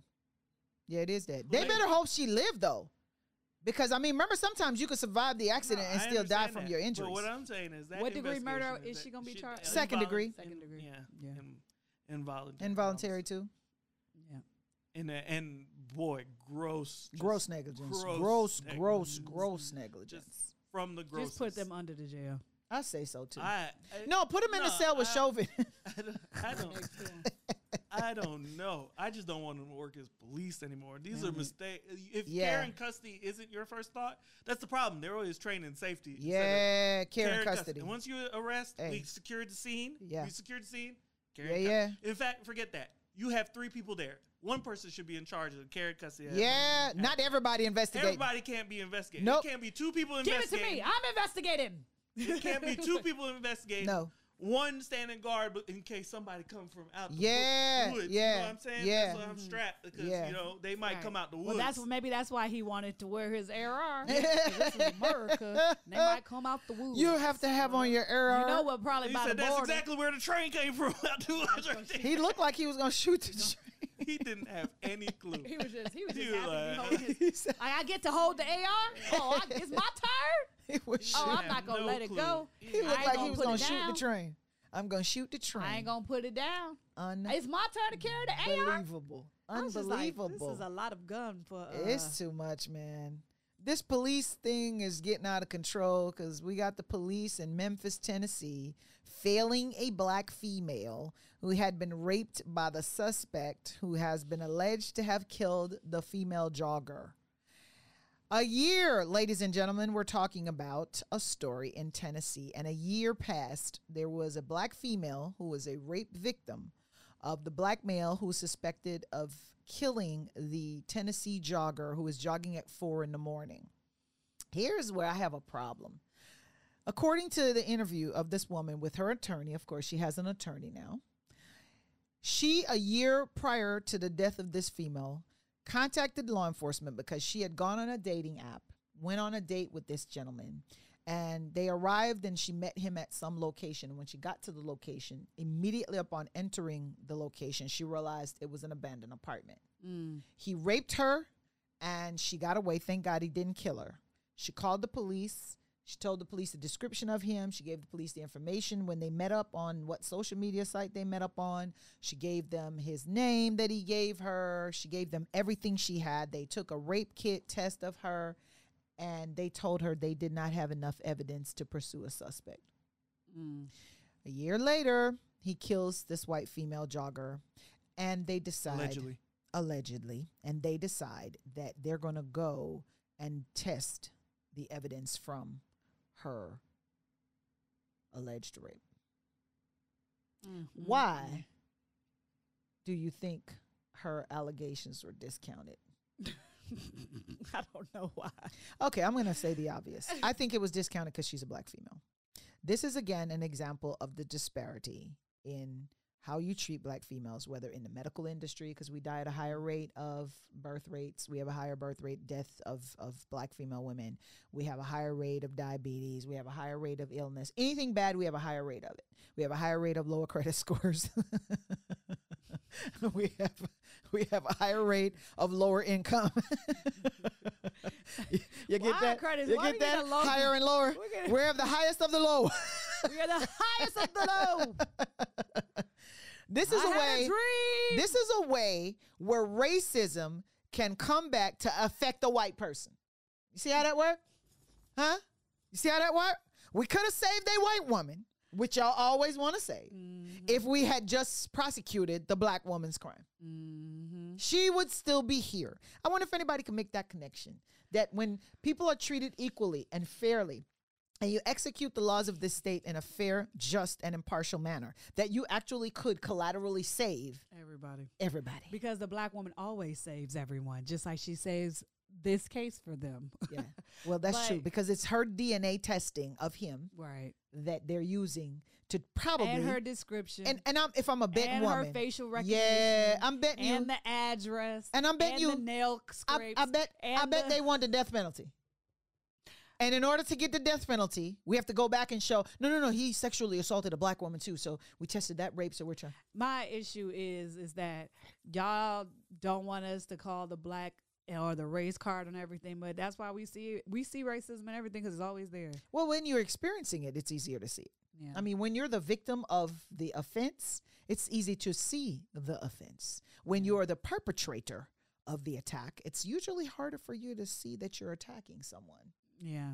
S1: Yeah, it is dead. They
S3: Like-
S1: better hope she lived though, because I mean, remember sometimes you could survive the
S3: No,
S1: accident and
S3: I
S1: still die
S3: understand
S1: from
S3: that.
S1: your injuries.
S3: But what I'm saying is that
S2: What degree murder
S3: investigation
S2: is she
S3: that
S2: gonna be
S3: she-
S2: charged-
S1: Second degree.
S3: invol-
S2: Second degree.
S3: Yeah.
S2: Yeah.
S3: in- involuntary.
S1: Involuntary too.
S2: Yeah.
S3: And and boy, gross, just
S1: gross negligence.
S3: gross
S1: Gross, gross,
S3: negligence.
S1: gross negligence.
S3: Just from the gross.
S2: Just put them under the jail.
S1: I say so too.
S3: I, I-
S1: no, put him in a
S3: no,
S1: cell with
S3: I-
S1: Chauvin.
S3: I don't, I don't, I don't know. I just don't want him to work as police anymore. These are mistakes. If
S1: Mm-hmm. Yeah.
S3: care and custody isn't your first thought, that's the problem. They're always training safety. instead of
S1: yeah, care
S3: care
S1: and
S3: and
S1: custody.
S3: And once you arrest,
S1: Hey.
S3: we secured the scene.
S1: Yeah.
S3: We secured the scene. Care
S1: Yeah,
S3: and cus-
S1: yeah.
S3: In fact, forget that. You have three people there. One person should be in charge of the care and custody.
S1: Yeah, not everybody investigate.
S3: Everybody can't be investigated.
S1: Nope.
S3: It can't be two people
S2: Give it to
S3: investigating.
S2: me. I'm investigating.
S3: It can't be two people investigating.
S1: No.
S3: One standing guard but in case somebody come from out the wo-
S1: Yeah,
S3: woods. You
S1: yeah,
S3: know what I'm saying?
S1: yeah.
S3: That's why I'm strapped because,
S1: Yeah.
S3: you know, they might
S2: Mm-hmm. Right.
S3: come out the woods.
S2: Well, that's what, maybe that's why he wanted to wear his AR. 'Cause this is America. and They might come out the woods.
S1: You have to have on your error.
S2: You know what? Probably
S3: he
S2: by the
S3: said that's
S2: border.
S3: exactly where the train came from. out the woods right there.
S1: He looked like he was gonna shoot the train.
S3: he didn't have any clue.
S2: He was just he was just
S3: Dude,
S2: happy to be
S3: like-
S2: holding his
S1: He said
S2: I, I get to hold the AR. Oh, I, it's my turn.
S1: he was
S2: Oh,
S1: shooting.
S2: I'm not gonna
S3: No
S2: let it
S3: clue.
S2: go.
S1: He
S2: I
S1: looked
S2: ain't
S1: like
S2: gonna
S1: he was
S2: put it
S1: gonna shoot
S2: down.
S1: the train. I'm gonna shoot the train.
S2: I ain't gonna put it down. It's my turn to carry the AR.
S1: Unbelievable.
S2: I was just like,
S1: Unbelievable.
S2: this is a lot of gun for. Uh,
S1: It's too much, man. This police thing is getting out of control because we got the police in Memphis, Tennessee, failing a black female who had been raped by the suspect who has been alleged to have killed the female jogger. A year, ladies and gentlemen, we're talking about a story in Tennessee. And a year passed, there was a black female who was a rape victim of the black male who was suspected of killing the Tennessee jogger who was jogging at four in the morning. Here's where I have a problem. According to the interview of this woman with her attorney, of course, she has an attorney now. She, a year prior to the death of this female, contacted law enforcement because she had gone on a dating app, went on a date with this gentleman, and they arrived and she met him at some location. When she got to the location, immediately upon entering the location, she realized it was an abandoned apartment.
S2: mm,
S1: He raped her and she got away. Thank God he didn't kill her. She called the police. She told the police the description of him. She gave the police the information when they met up on what social media site they met up on. She gave them his name that he gave her. She gave them everything she had. They took a rape kit test of her and they told her they did not have enough evidence to pursue a suspect.
S2: mm,
S1: A year later, he kills this white female jogger and they decide
S3: Allegedly.
S1: allegedly, and they decide that they're going to go and test the evidence from her alleged rape.
S2: mm. Mm-hmm.
S1: Why do you think her allegations were discounted?
S2: I don't know why.
S1: Okay, I'm going to say the obvious. I think it was discounted because she's a black female. This is again an example of the disparity in how you treat black females, whether in the medical industry, because we die at a higher rate of birth rates, we have a higher birth rate death of, of black female women, we have a higher rate of diabetes, we have a higher rate of illness. Anything bad, we have a higher rate of it. We have a higher rate of lower credit scores. we have we have a higher rate of lower income. you, you
S2: Well,
S1: get
S2: our
S1: that?
S2: credit-
S1: you
S2: why we
S1: get
S2: get
S1: that?
S2: a low-
S1: higher and lower.
S2: we get a-
S1: We're of the highest of the low.
S2: We are the highest of the low.
S1: this is
S2: I
S1: a
S2: had
S1: way.
S2: a dream.
S1: This is a way where racism can come back to affect the white person. You see how that work? Huh? You see how that work? We could have saved a white woman, which y'all always want to save, if we had just prosecuted the black woman's crime. She would still be here. I wonder if anybody can make that connection that when people are treated equally and fairly, and you execute the laws of this state in a fair, just, and impartial manner, that you actually could collaterally save
S2: Everybody,
S1: everybody.
S2: because the black woman always saves everyone, just like she saves this case for them.
S1: Yeah. Well, that's true
S2: But-
S1: because it's her DNA testing of him
S2: right.
S1: that they're using to probably
S2: And her description.
S1: and, and I'm, if I'm a betting
S2: and
S1: woman,
S2: her facial recognition.
S1: yeah, I'm betting you.
S2: and the address.
S1: And I'm betting
S2: and
S1: you-
S2: the nail
S1: I,
S2: scrapes.
S1: I bet I
S2: and
S1: bet
S2: the-
S1: they want the death penalty. And in order to get the death penalty, we have to go back and show no, no, no. He sexually assaulted a black woman too, so we tested that rape. So we're trying.
S2: My issue is is that y'all don't want us to call the black or the race card and everything, but that's why we see we see racism and everything because it's always there.
S1: Well, when you're experiencing it, it's easier to see. it.
S2: Yeah.
S1: I mean, when you're the victim of the offense, it's easy to see the offense. When you are the perpetrator of the attack, it's usually harder for you to see that you're attacking someone.
S2: Yeah.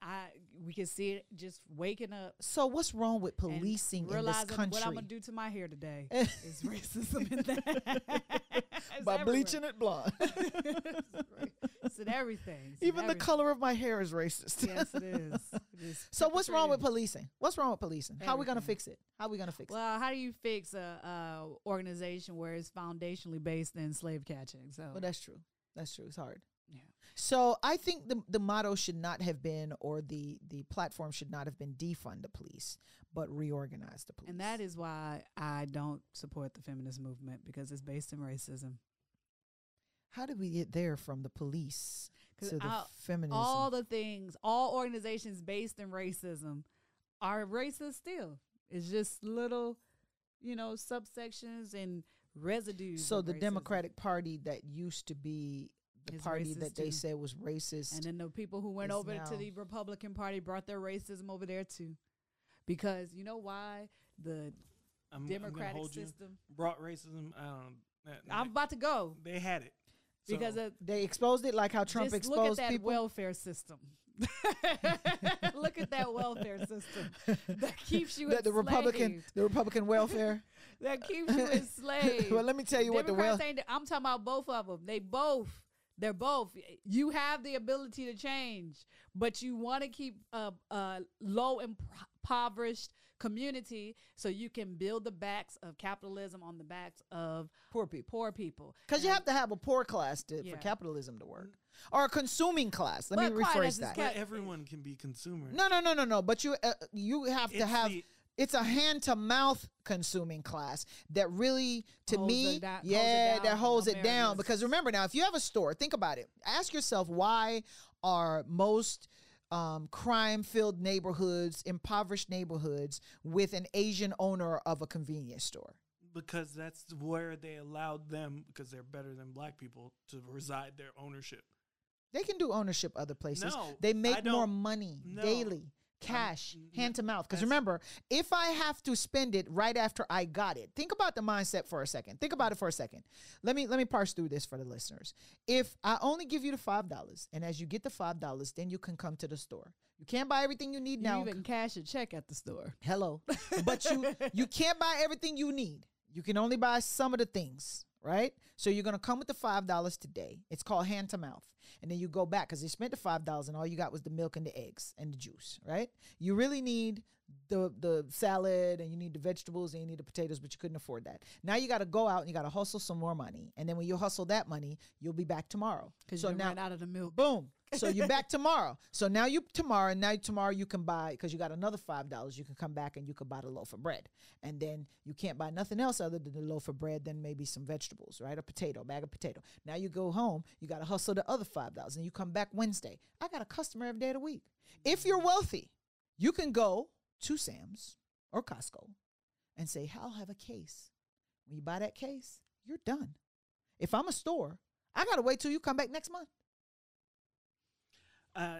S2: I we can see it just waking up.
S1: So what's wrong with
S2: and
S1: policing in this
S2: realizing
S1: country?
S2: What I'm gonna do to my hair today is racism in that. It's
S1: By
S2: everywhere.
S1: bleaching it blonde.
S2: it's in everything. It's in
S1: Even the
S2: everything.
S1: color of my hair is racist.
S2: Yes, it is. It is
S1: So what's wrong with
S2: perpetrated.
S1: policing? What's wrong with policing? How are we gonna
S2: Everything.
S1: fix it? How are we gonna fix it?
S2: Well, how do you fix a, a organization where it's foundationally based in slave catching? So
S1: Well, that's true. That's true. It's hard.
S2: Yeah.
S1: So I think the the motto should not have been, or the the platform should not have been defund the police, but reorganize the police.
S2: and that is why I don't support the feminist movement because it's based in racism.
S1: how did we get there from the police
S2: 'Cause
S1: to the
S2: I'll-
S1: feminism?
S2: all the things, all organizations based in racism are racist still. It's just little, you know, subsections and residues.
S1: so
S2: of
S1: the
S2: racism.
S1: Democratic Party that used to be the
S2: Is
S1: party
S2: racist
S1: that they
S2: too.
S1: said was racist.
S2: And then the people who went
S1: is
S2: over
S1: now-
S2: to the Republican Party brought their racism over there too. Because you know why? The
S3: I'm, I'm gonna
S2: democratic
S3: hold you.
S2: system.
S3: Brought racism. I don't. know. That-
S2: I'm about to go
S3: they had it
S2: because
S3: So,
S2: of
S1: they exposed it like how Trump
S2: just
S1: exposed
S2: look at that
S1: people.
S2: welfare system. look at that welfare system that keeps you
S1: that the Republican
S2: enslaved.
S1: the Republican welfare.
S2: that keeps you enslaved.
S1: well, let me tell you what the welfare.
S2: Democrats ain't- I'm talking about both of them. They both. They're both. You have the ability to change, but you want to keep a, a low impoverished community so you can build the backs of capitalism on the backs of
S1: Poor people.
S2: poor people.
S1: Because you
S2: And-
S1: have to have a poor class to, for
S2: Yeah.
S1: capitalism to work, or a consuming class. Let
S2: But
S1: me
S2: quite
S1: rephrase
S2: as
S1: that.
S2: ca-
S3: but everyone can be consumer.
S1: no, no, no, no, no. But you uh, you have to
S3: It's
S1: have
S3: the-
S1: it's a hand to mouth consuming class that really to
S2: Holds
S1: me
S2: it da- holds it
S1: yeah that
S2: down
S1: holds
S2: on
S1: it down
S2: America's-
S1: because remember now if you have a store think about it ask yourself why are most um, crime filled neighborhoods impoverished neighborhoods with an asian owner of a convenience store
S3: because that's where they allowed them because they're better than black people to reside their ownership.
S1: They can do ownership other places.
S3: No,
S1: they
S3: I
S1: make more
S3: don't-
S1: money
S3: no,
S1: daily, cash,
S3: n-
S1: hand to mouth. Because
S3: that's-
S1: remember, if I have to spend it right after I got it, think about the mindset for a second. Think about it for a second. Let me let me parse through this for the listeners. If I only give you the five dollars, and as you get the five dollars, then you can come to the store. You can't buy everything you need
S2: You
S1: now.
S2: even cash a check at the store.
S1: Hello. But you you can't buy everything you need. You can only buy some of the things, right? So you're gonna come with the five dollars today. It's called hand to mouth. And then you go back because you spent the five dollars and all you got was the milk and the eggs and the juice, right? You really need the the salad and you need the vegetables and you need the potatoes, but you couldn't afford that. Now you gotta go out and you gotta hustle some more money. And then when you hustle that money, you'll be back tomorrow.
S2: Because
S1: So
S2: you
S1: now
S2: ran out of the milk.
S1: Boom. So you're back tomorrow. So now you tomorrow, and now tomorrow you can buy because you got another five dollars. You can come back and you can buy the loaf of bread, and then you can't buy nothing else other than the loaf of bread. Then maybe some vegetables, right? A potato, a bag of potato. Now you go home. You got to hustle the other five dollars, and you come back Wednesday. I got a customer every day of the week. If you're wealthy, you can go to Sam's or Costco and say, "I'll have a case." When you buy that case, you're done. If I'm a store, I gotta wait till you come back next month.
S3: Uh,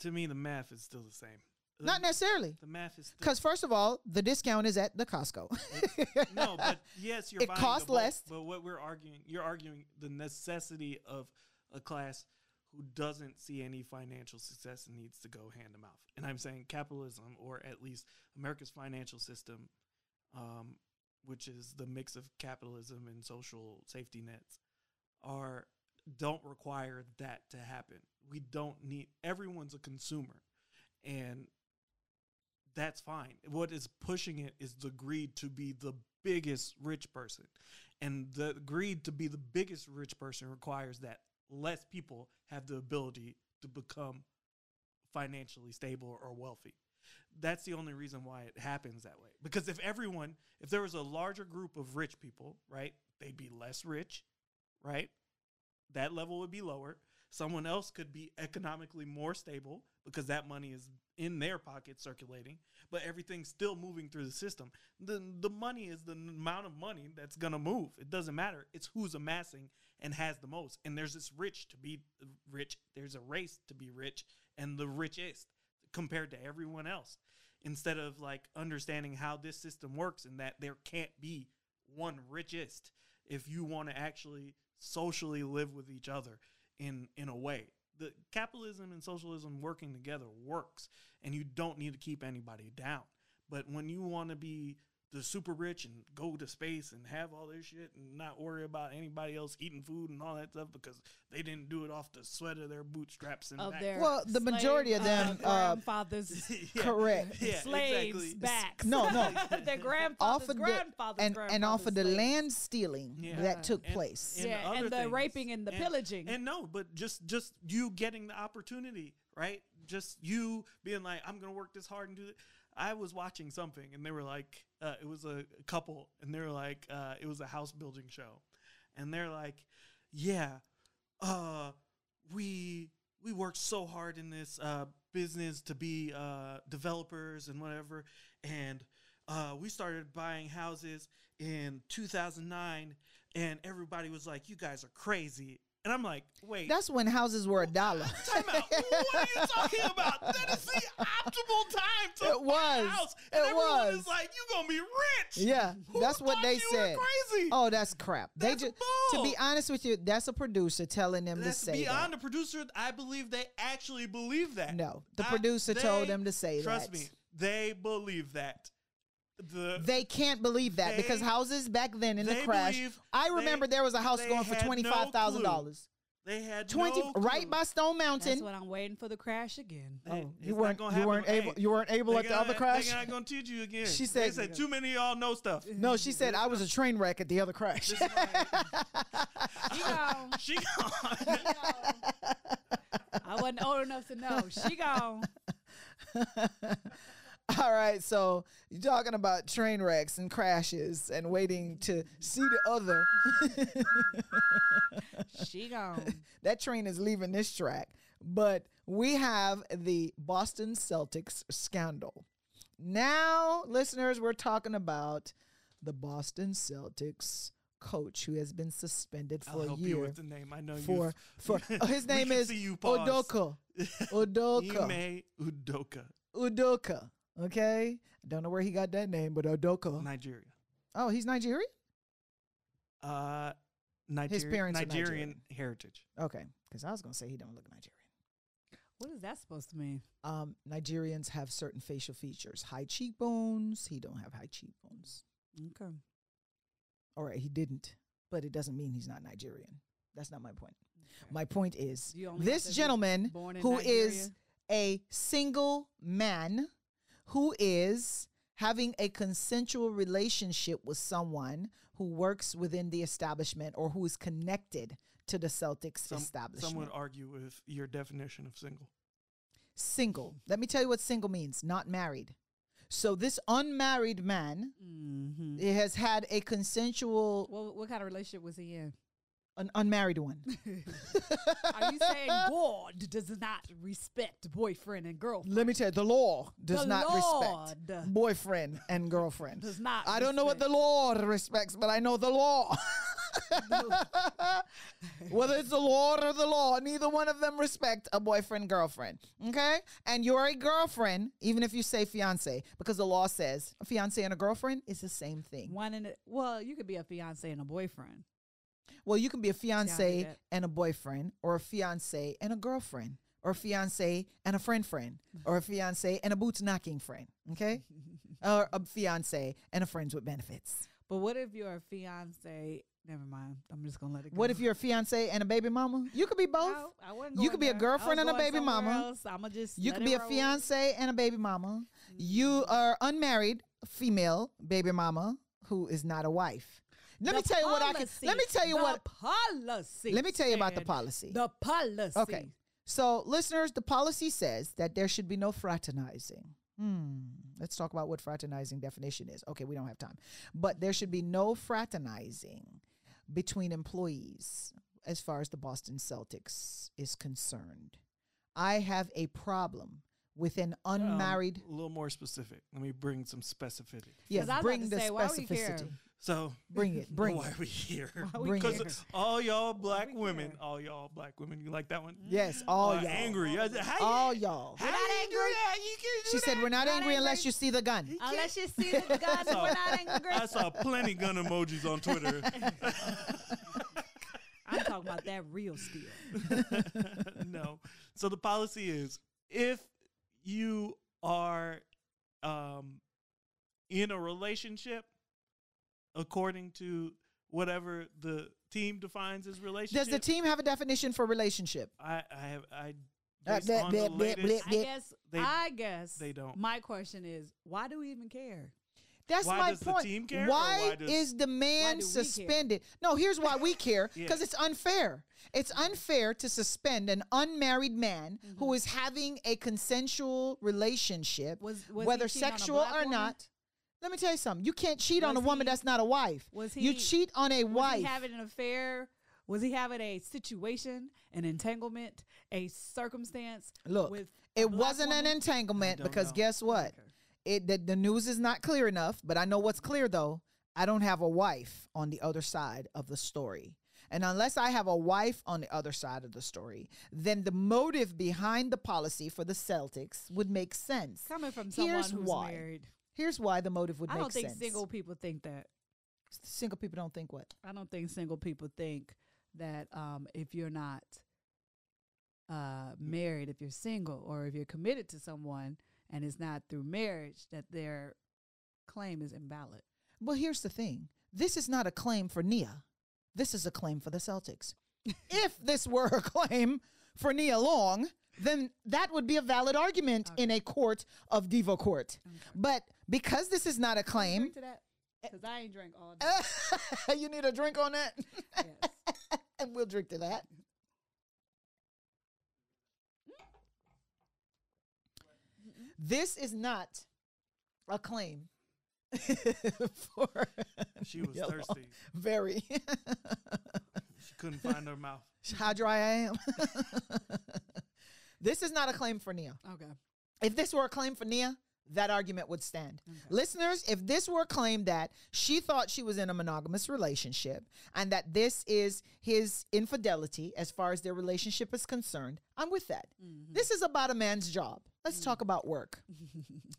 S3: to me, the math is still the same. The,
S1: Not necessarily.
S3: the math is still
S1: Because first of all, the discount is at the Costco.
S3: no, but yes, you're
S1: It
S3: buying the
S1: costs
S3: bulk,
S1: less.
S3: But what we're arguing, you're arguing the necessity of a class who doesn't see any financial success and needs to go hand to mouth. And I'm saying capitalism, or at least America's financial system, um, which is the mix of capitalism and social safety nets, are don't require that to happen. We don't need everyone's a consumer, and that's fine. What is pushing it is the greed to be the biggest rich person. And the greed to be the biggest rich person requires that less people have the ability to become financially stable or wealthy. That's the only reason why it happens that way. Because if everyone, if there was a larger group of rich people, right, they'd be less rich, right? That level would be lower. Someone else could be economically more stable because that money is in their pocket circulating, but everything's still moving through the system. The, the money is the n- amount of money that's going to move. It doesn't matter. It's who's amassing and has the most. And there's this rich to be rich, there's a race to be rich and the richest compared to everyone else. Instead of like understanding how this system works and that there can't be one richest if you want to actually socially live with each other in in a way. The capitalism and socialism working together works, and you don't need to keep anybody down. But when you want to be the super rich and go to space and have all this shit and not worry about anybody else eating food and all that stuff because they didn't do it off the sweat of their bootstraps and
S2: of
S3: back.
S2: their
S1: Well, the majority of them, uh,
S2: grandfathers
S3: Yeah,
S1: Correct.
S3: yeah,
S2: slaves
S3: exactly.
S2: backs
S1: No, no.
S2: their grandfathers
S1: off of the
S2: grandfathers
S1: and, and off of the
S2: grandfathers' slaves.
S1: land stealing
S3: Yeah.
S1: that took
S3: And-
S1: place.
S2: Yeah,
S3: other
S2: and the raping and the pillaging.
S3: And no, but just just you getting the opportunity, right? Just you being like, I'm gonna work this hard and do it. I was watching something, and they were like, uh, it was a couple, and they were like, uh, it was a house building show, and they're like, yeah, uh, we we worked so hard in this uh, business to be uh, developers and whatever, and uh, we started buying houses in 2009, and everybody was like, "You guys are crazy," and I'm like, "Wait."
S1: That's when houses were a dollar.
S3: Time out. What are you talking about? That is the optimal time to
S1: It
S3: buy a
S1: was.
S3: house. And
S1: It
S3: everyone is
S1: was.
S3: like, you gonna be rich.
S1: yeah,
S3: Who
S1: that's what
S3: thought
S1: they
S3: you were
S1: said.
S3: crazy.
S1: Oh, that's crap.
S3: That's
S1: they just to
S3: bull.
S1: be honest with you, that's a producer telling them
S3: That's
S1: to say
S3: beyond
S1: that.
S3: the producer. I believe they actually believe that.
S1: No, the
S3: I-
S1: producer told
S3: they-
S1: them to say
S3: Trust
S1: that.
S3: me, they believe that. The
S1: They can't believe that because
S3: They-
S1: houses back then in the
S3: they
S1: crash.
S3: believe-
S1: I
S3: they-
S1: remember there was a house
S3: they
S1: going for
S3: had no
S1: twenty five thousand
S3: clue.
S1: dollars.
S3: they had
S1: Twenty
S3: no
S1: right
S3: clue.
S1: by Stone
S2: That's
S1: Mountain.
S2: what I'm waiting for the crash again.
S3: Hey,
S1: Oh,
S3: it's
S1: you
S3: not
S1: weren't
S3: gonna
S1: you
S3: happen.
S1: weren't
S3: Hey,
S1: able you weren't able
S3: they
S1: at the other
S3: gonna-
S1: crash.
S3: They're not gonna teach you again.
S1: She
S3: they
S1: said-
S3: said too many of y'all know stuff.
S1: No, she said I was a train wreck at the other crash.
S3: This is like-
S2: She gone.
S3: she gone.
S2: I wasn't old enough to know. She gone.
S1: All right, so you're talking about train wrecks and crashes and waiting to see the other.
S2: She gone.
S1: that train is leaving this track. But we have the Boston Celtics scandal. Now, listeners, we're talking about the Boston Celtics coach who has been suspended for
S3: I'll
S1: a
S3: help you
S1: year.
S3: with the name. I know
S1: For for oh, his
S3: We
S1: name
S3: can
S1: is
S3: see you pause.
S1: Udoka. Udoka.
S3: Ime Udoka,
S1: Udoka. Okay. I don't know where he got that name, but Udoka.
S3: Nigeria.
S1: Oh, he's Nigerian?
S3: Uh, Nigeria,
S1: parents are
S3: Nigerian,
S1: Nigerian.
S3: heritage.
S1: Okay. Because I was gonna say he don't look Nigerian.
S2: What is that supposed to mean?
S1: Um, Nigerians have certain facial features. High cheekbones. He don't have high cheekbones.
S2: Okay.
S1: All right, he didn't. But it doesn't mean he's not Nigerian. That's not my point. My point is
S2: You only have to
S1: this
S2: be
S1: gentleman
S2: born in
S1: who is
S2: Nigeria?
S1: a single man who is having a consensual relationship with someone who works within the establishment or who is connected to the Celtics
S3: Some,
S1: establishment.
S3: some would argue with your definition of single.
S1: single. Let me tell you what single means, not married. So this unmarried man
S2: Mm-hmm.
S1: it has had a consensual
S2: What, what kind of relationship was he in?
S1: an unmarried one.
S2: Are you saying God does not respect boyfriend and girlfriend?
S1: Let me tell you, the law does
S2: The
S1: not respect
S2: Lord.
S1: boyfriend and girlfriend.
S2: Does not
S1: I don't know what the
S2: respect.
S1: Lord respects, but I know the law. Whether it's the Lord or the law, neither one of them respect a boyfriend girlfriend. Okay, and you're a girlfriend, even if you say fiance, because the law says a fiance and a girlfriend is the same thing.
S2: One in a, well, you could be a fiance and a boyfriend.
S1: Well, you can be a fiance
S2: that.
S1: and a boyfriend, or a fiance and a girlfriend, or a fiance and a friend friend, or a fiance and a boots knocking friend. Okay, or a fiance and a friends with benefits.
S2: But what if you're a fiance? Never mind. I'm just gonna let it go.
S1: What if you're a fiance and a baby mama? You could be both.
S2: No, I wasn't
S1: You
S2: going
S1: could be a
S2: there. I
S1: girlfriend
S2: was
S1: and a
S2: going
S1: baby
S2: somewhere
S1: mama.
S2: Else. I'm gonna just
S1: You
S2: let
S1: could
S2: it
S1: be a
S2: roll.
S1: fiance and a baby mama. You
S2: Mm.
S1: are unmarried female baby mama who is not a wife. Let
S2: The
S1: me tell you what I can.
S2: policy,
S1: Let me tell you
S2: the
S1: what.
S2: policy.
S1: Let me tell you about the
S2: said.
S1: policy.
S2: The policy.
S1: Okay. So, listeners, the policy says that there should be no fraternizing. Hmm. Let's talk about what fraternizing definition is. Okay, we don't have time. But there should be no fraternizing between employees as far as the Boston Celtics is concerned. I have a problem with an
S3: Um,
S1: unmarried.
S3: a little more specific. Let me bring some specificity.
S1: yes,
S2: 'Cause I was about
S1: bring
S2: to
S1: the
S2: say, why we care?
S1: specificity.
S3: So
S1: Bring it. Bring
S3: why
S1: it.
S3: are we here?
S2: we
S1: Bring
S3: Because
S1: it.
S3: all y'all black
S2: we
S3: women,
S2: care?
S3: all y'all black women, you like that one?
S1: Yes, all
S3: Uh,
S1: y'all.
S3: angry. Uh, How you-
S1: All y'all.
S3: How
S2: We're not
S3: you do
S2: angry.
S3: that? You can't do
S1: She said,
S3: that.
S1: We're not
S2: Not
S1: angry unless
S2: angry.
S1: you see the gun.
S2: Unless you see the gun,
S3: saw-
S2: we're not angry.
S3: I saw plenty gun emojis on Twitter.
S2: I'm about that real steel.
S3: no. So the policy is if you are um, in a relationship, according to whatever the team defines as relationship.
S1: Does the team have a definition for relationship?
S3: I, I have I.
S1: Uh,
S3: based
S1: bleh,
S3: on the
S1: bleh, bleh,
S3: latest-
S2: I
S1: They-
S2: guess.
S3: they-
S2: I guess.
S3: they don't.
S2: My question is, why do we even care?
S1: That's
S3: Why
S1: my
S3: does the
S1: point.
S3: team care, or
S1: why
S3: why does-
S1: is the
S2: Why do
S1: man
S2: we care?
S1: suspended? No, here's why we care
S3: Yeah.
S1: because it's unfair. It's unfair to suspend an unmarried man
S2: Mm-hmm.
S1: who is having a consensual relationship,
S2: Was, was he
S1: whether
S2: cheating on a
S1: sexual
S2: black
S1: or
S2: woman?
S1: not. Let me tell you something. You can't cheat on a
S2: Was
S1: woman
S2: he-
S1: that's not a wife.
S2: was
S1: you
S2: he-
S1: cheat on a
S2: Was
S1: wife.
S2: he having an affair? Was he having a situation, an entanglement, a circumstance?
S1: Look,
S2: with a
S1: it
S2: black
S1: wasn't an
S2: woman?
S1: entanglement
S3: I don't
S1: because
S3: know.
S1: guess what?
S2: Okay.
S1: It the, the news is not clear enough, but I know what's clear though. I don't have a wife on the other side of the story. And unless I have a wife on the other side of the story, then the motive behind the policy for the Celtics would make sense.
S2: Coming from someone
S1: Here's
S2: who's
S1: why.
S2: married,
S1: Here's why the motive would
S2: I
S1: make
S2: don't think
S1: sense.
S2: single people think that.
S1: single people don't think what?
S2: I don't think single people think that um, if you're not uh, married, if you're single, or if you're committed to someone and it's not through marriage, that their claim is invalid.
S1: Well, here's the thing. This is not a claim for Nia. This is a claim for the Celtics. if this were a claim for Nia Long, then that would be a valid argument in a court of diva court. But because this is not a claim, Eh.
S2: Drink to that, because I ain't drank all day.
S1: you need a drink on that,
S2: Yes.
S1: and we'll drink to that. This is not a claim for
S3: She was
S1: Nia Long.
S3: thirsty.
S1: Very.
S3: She couldn't find her mouth.
S1: how dry I am. this is not a claim for Nia.
S2: Okay.
S1: If this were a claim for Nia, that argument would stand. Listeners, if this were a claim that she thought she was in a monogamous relationship and that this is his infidelity as far as their relationship is concerned, I'm with that. This is about a man's job. Let's talk about work.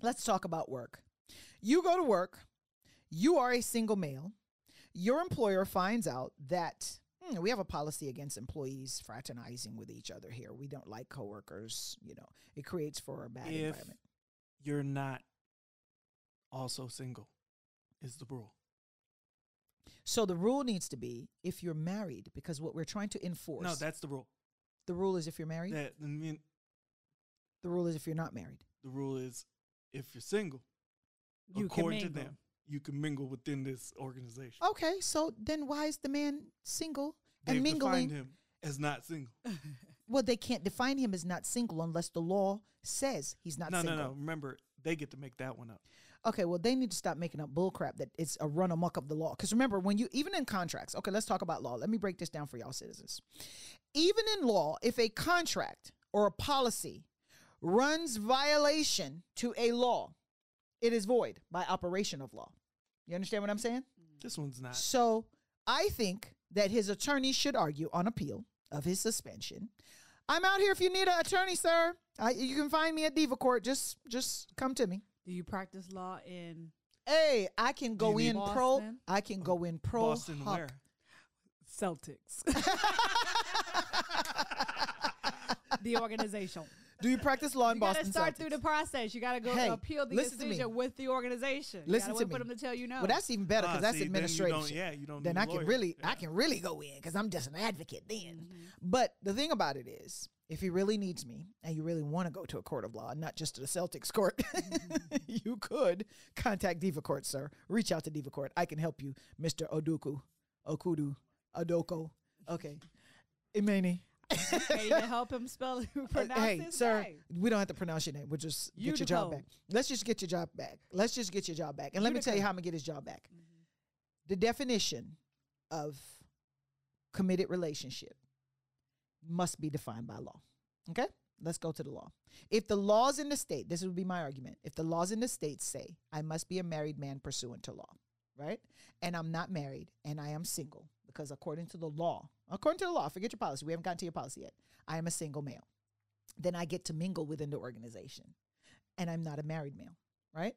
S1: Let's talk about work. You go to work, you are a single male, your employer finds out that "Hmm, we have a policy against employees fraternizing with each other here. We don't like coworkers. You know, it creates for a bad
S3: If
S1: environment.
S3: you're not also single, is the rule.
S1: So the rule needs to be if you're married, because what we're trying to enforce.
S3: No, that's the rule.
S1: the rule is if you're married.
S3: That I mean,
S1: the rule is if you're not married.
S3: the rule is if you're single,
S2: You can
S3: according to
S2: mingle.
S3: them, you can mingle within this organization.
S1: Okay, so then why is the man single Oh, and
S3: They've
S1: mingling?
S3: defined him as not single.
S1: Well, they can't define him as not single unless the law says he's not
S3: no,
S1: single.
S3: no, no. Remember, they get to make that one up.
S1: Okay, well, they need to stop making up bullcrap that it's a run amok of the law. Because remember, when you even in contracts, okay, let's talk about law. Let me break this down for y'all citizens. Even in law, if a contract or a policy runs violation to a law, it is void by operation of law. You understand what I'm saying?
S3: This one's not.
S1: So I think that his attorney should argue on appeal of his suspension. I'm out here if you need an attorney, sir. I, you can find me at Diva Court. Just just come to me.
S2: Do you practice law in
S1: Hey, I can go
S3: need-
S1: in pro.
S2: Boston?
S1: I can go in pro.
S3: Boston
S1: hoc.
S3: where?
S2: Celtics? the organization.
S1: Do you practice law in
S2: You
S1: Boston?
S2: gotta start
S1: Celtics?
S2: through the process. You gotta go
S1: Hey,
S2: appeal the
S1: listen to me.
S2: decision with the organization.
S1: Listen
S2: you
S1: to
S2: gotta wait
S1: me.
S2: for them to tell you no.
S1: well, that's even better because
S3: Ah,
S1: that's
S3: see, then you
S1: administration.
S3: don't- yeah, you don't
S1: Then
S3: need a
S1: I can
S3: lawyer.
S1: really, I
S3: Yeah.
S1: can really go in because I'm just an advocate then.
S2: Mm-hmm.
S1: But the thing about it is, if he really needs me and you really want to go to a court of law, not just to the Celtics court,
S2: Mm-hmm.
S1: you could contact Diva Court, sir. Reach out to Diva Court. I can help you, Mister Oduku, Okudu, Odoko. Okay, Imani.
S2: Can't even help him spell pronounce
S1: hey,
S2: his
S1: sir,
S2: name.
S1: we don't have to pronounce your name. We'll just
S2: You
S1: get your job
S2: know.
S1: back. Let's just get your job back. Let's just get your job back. And let me tell you
S2: Utica.
S1: how I'm gonna get his job back. The definition of committed relationship must be defined by law. Okay? Let's go to the law. If the laws in the state, this would be my argument. If the laws in the state say I must be a married man pursuant to law, right? And I'm not married and I am single because according to the law, according to the law, forget your policy. We haven't gotten to your policy yet. I am a single male then I get to mingle within the organization. And I'm not a married male, right?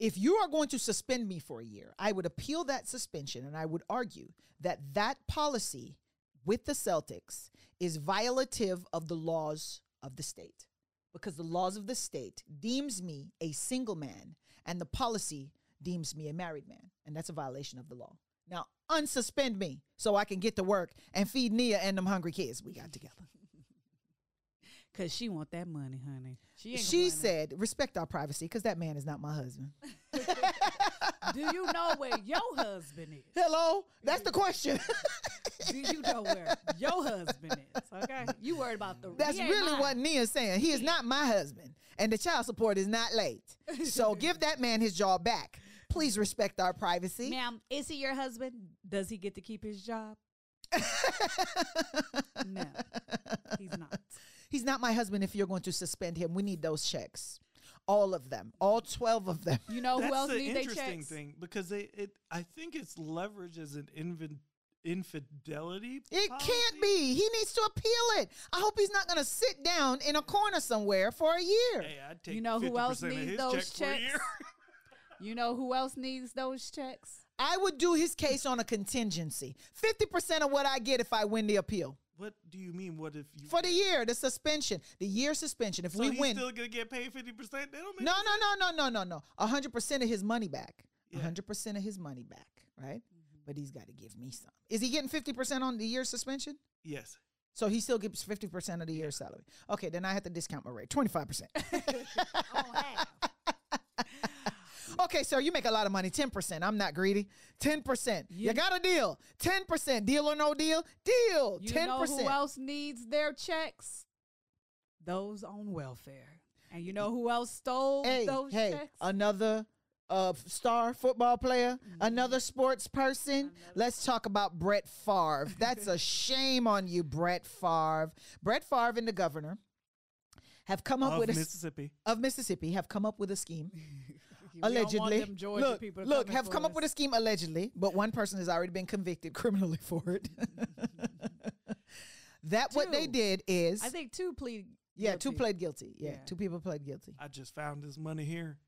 S1: If you are going to suspend me for a year, I would appeal that suspension and I would argue that that policy with the Celtics is violative of the laws of the state because the laws of the state deems me a single man and the policy deems me a married man and that's a violation of the law now unsuspend me so i can get to work and feed nia and them hungry kids we got together
S2: Cause she want that money, honey. She ain't
S1: she
S2: complaining.
S1: said respect our privacy because that man is not my husband
S2: "Do you know where your husband is?
S1: hello that's the question
S2: Do you know where your husband is? Okay, you worried about the?
S1: That's
S2: he ain't
S1: really
S2: mine.
S1: what Nia's saying. He is not my husband, and the child support is not late. So give that man his job back. Please respect our privacy.
S2: Ma'am, is he your husband? Does he get to keep his job? no, he's not.
S1: He's not my husband if you're going to suspend him. We need those checks. All of them. All 12 of them.
S2: You know who
S3: That's
S2: else
S3: the
S2: needs their
S3: interesting
S2: checks?
S3: thing because they it I think it's leveraged as an invin- infidelity.
S1: It
S3: policy.
S1: can't be. He needs to appeal it. I hope he's not going to sit down in a corner somewhere for a year.
S3: Hey, I'd take
S2: You know who else
S3: 50% of
S2: needs
S3: his
S2: those
S3: check for a year.
S2: checks? You know who else needs those checks?
S1: I would do his case on a contingency 50% of what I get if I win the appeal.
S3: what do you mean? What if you
S1: For the year, the suspension, the year suspension. If
S3: so
S1: we
S3: he's
S1: win,
S3: still gonna get paid fifty percent? They don't make
S1: No, no, no, no, no, no, no. A hundred percent of his money back. A
S3: Yeah.
S1: hundred percent of his money back, right?
S2: Mm-hmm.
S1: But he's got to give me some. Is he getting fifty percent on the year suspension?
S3: Yes.
S1: So he still gets fifty percent of the year's salary. Okay, then I have to discount my rate, twenty five percent.
S2: I
S3: Oh,
S2: don't have.
S1: Okay, sir, you make a lot of money, ten percent. I'm not greedy. Ten percent. You
S2: You-
S1: got a deal. Ten percent. Deal or no deal. Deal.
S2: You
S1: Ten
S2: know who
S1: percent.
S2: else needs their checks? Those on welfare. And you know who else stole
S1: Hey,
S2: those
S1: hey,
S2: checks?
S1: another. uh, f- star football player,
S2: Mm-hmm.
S1: another sports person. Let's talk about Brett Favre. That's a shame on you, Brett Favre. Brett Favre and the governor have come up
S3: Of
S1: with a s-
S3: Mississippi.
S1: of Mississippi have come up with a scheme
S2: We don't want
S1: allegedly.
S2: them Georgia
S1: look,
S2: people to
S1: look,
S2: coming
S1: have
S2: for
S1: come up
S2: us.
S1: with a scheme allegedly, but one person has already been convicted criminally for it. that what they
S2: Two.
S1: did is
S2: I think two plead.
S1: yeah, two
S2: guilty.
S1: pled guilty. Yeah,
S2: Yeah.
S1: two people pled guilty.
S3: I just found this money here,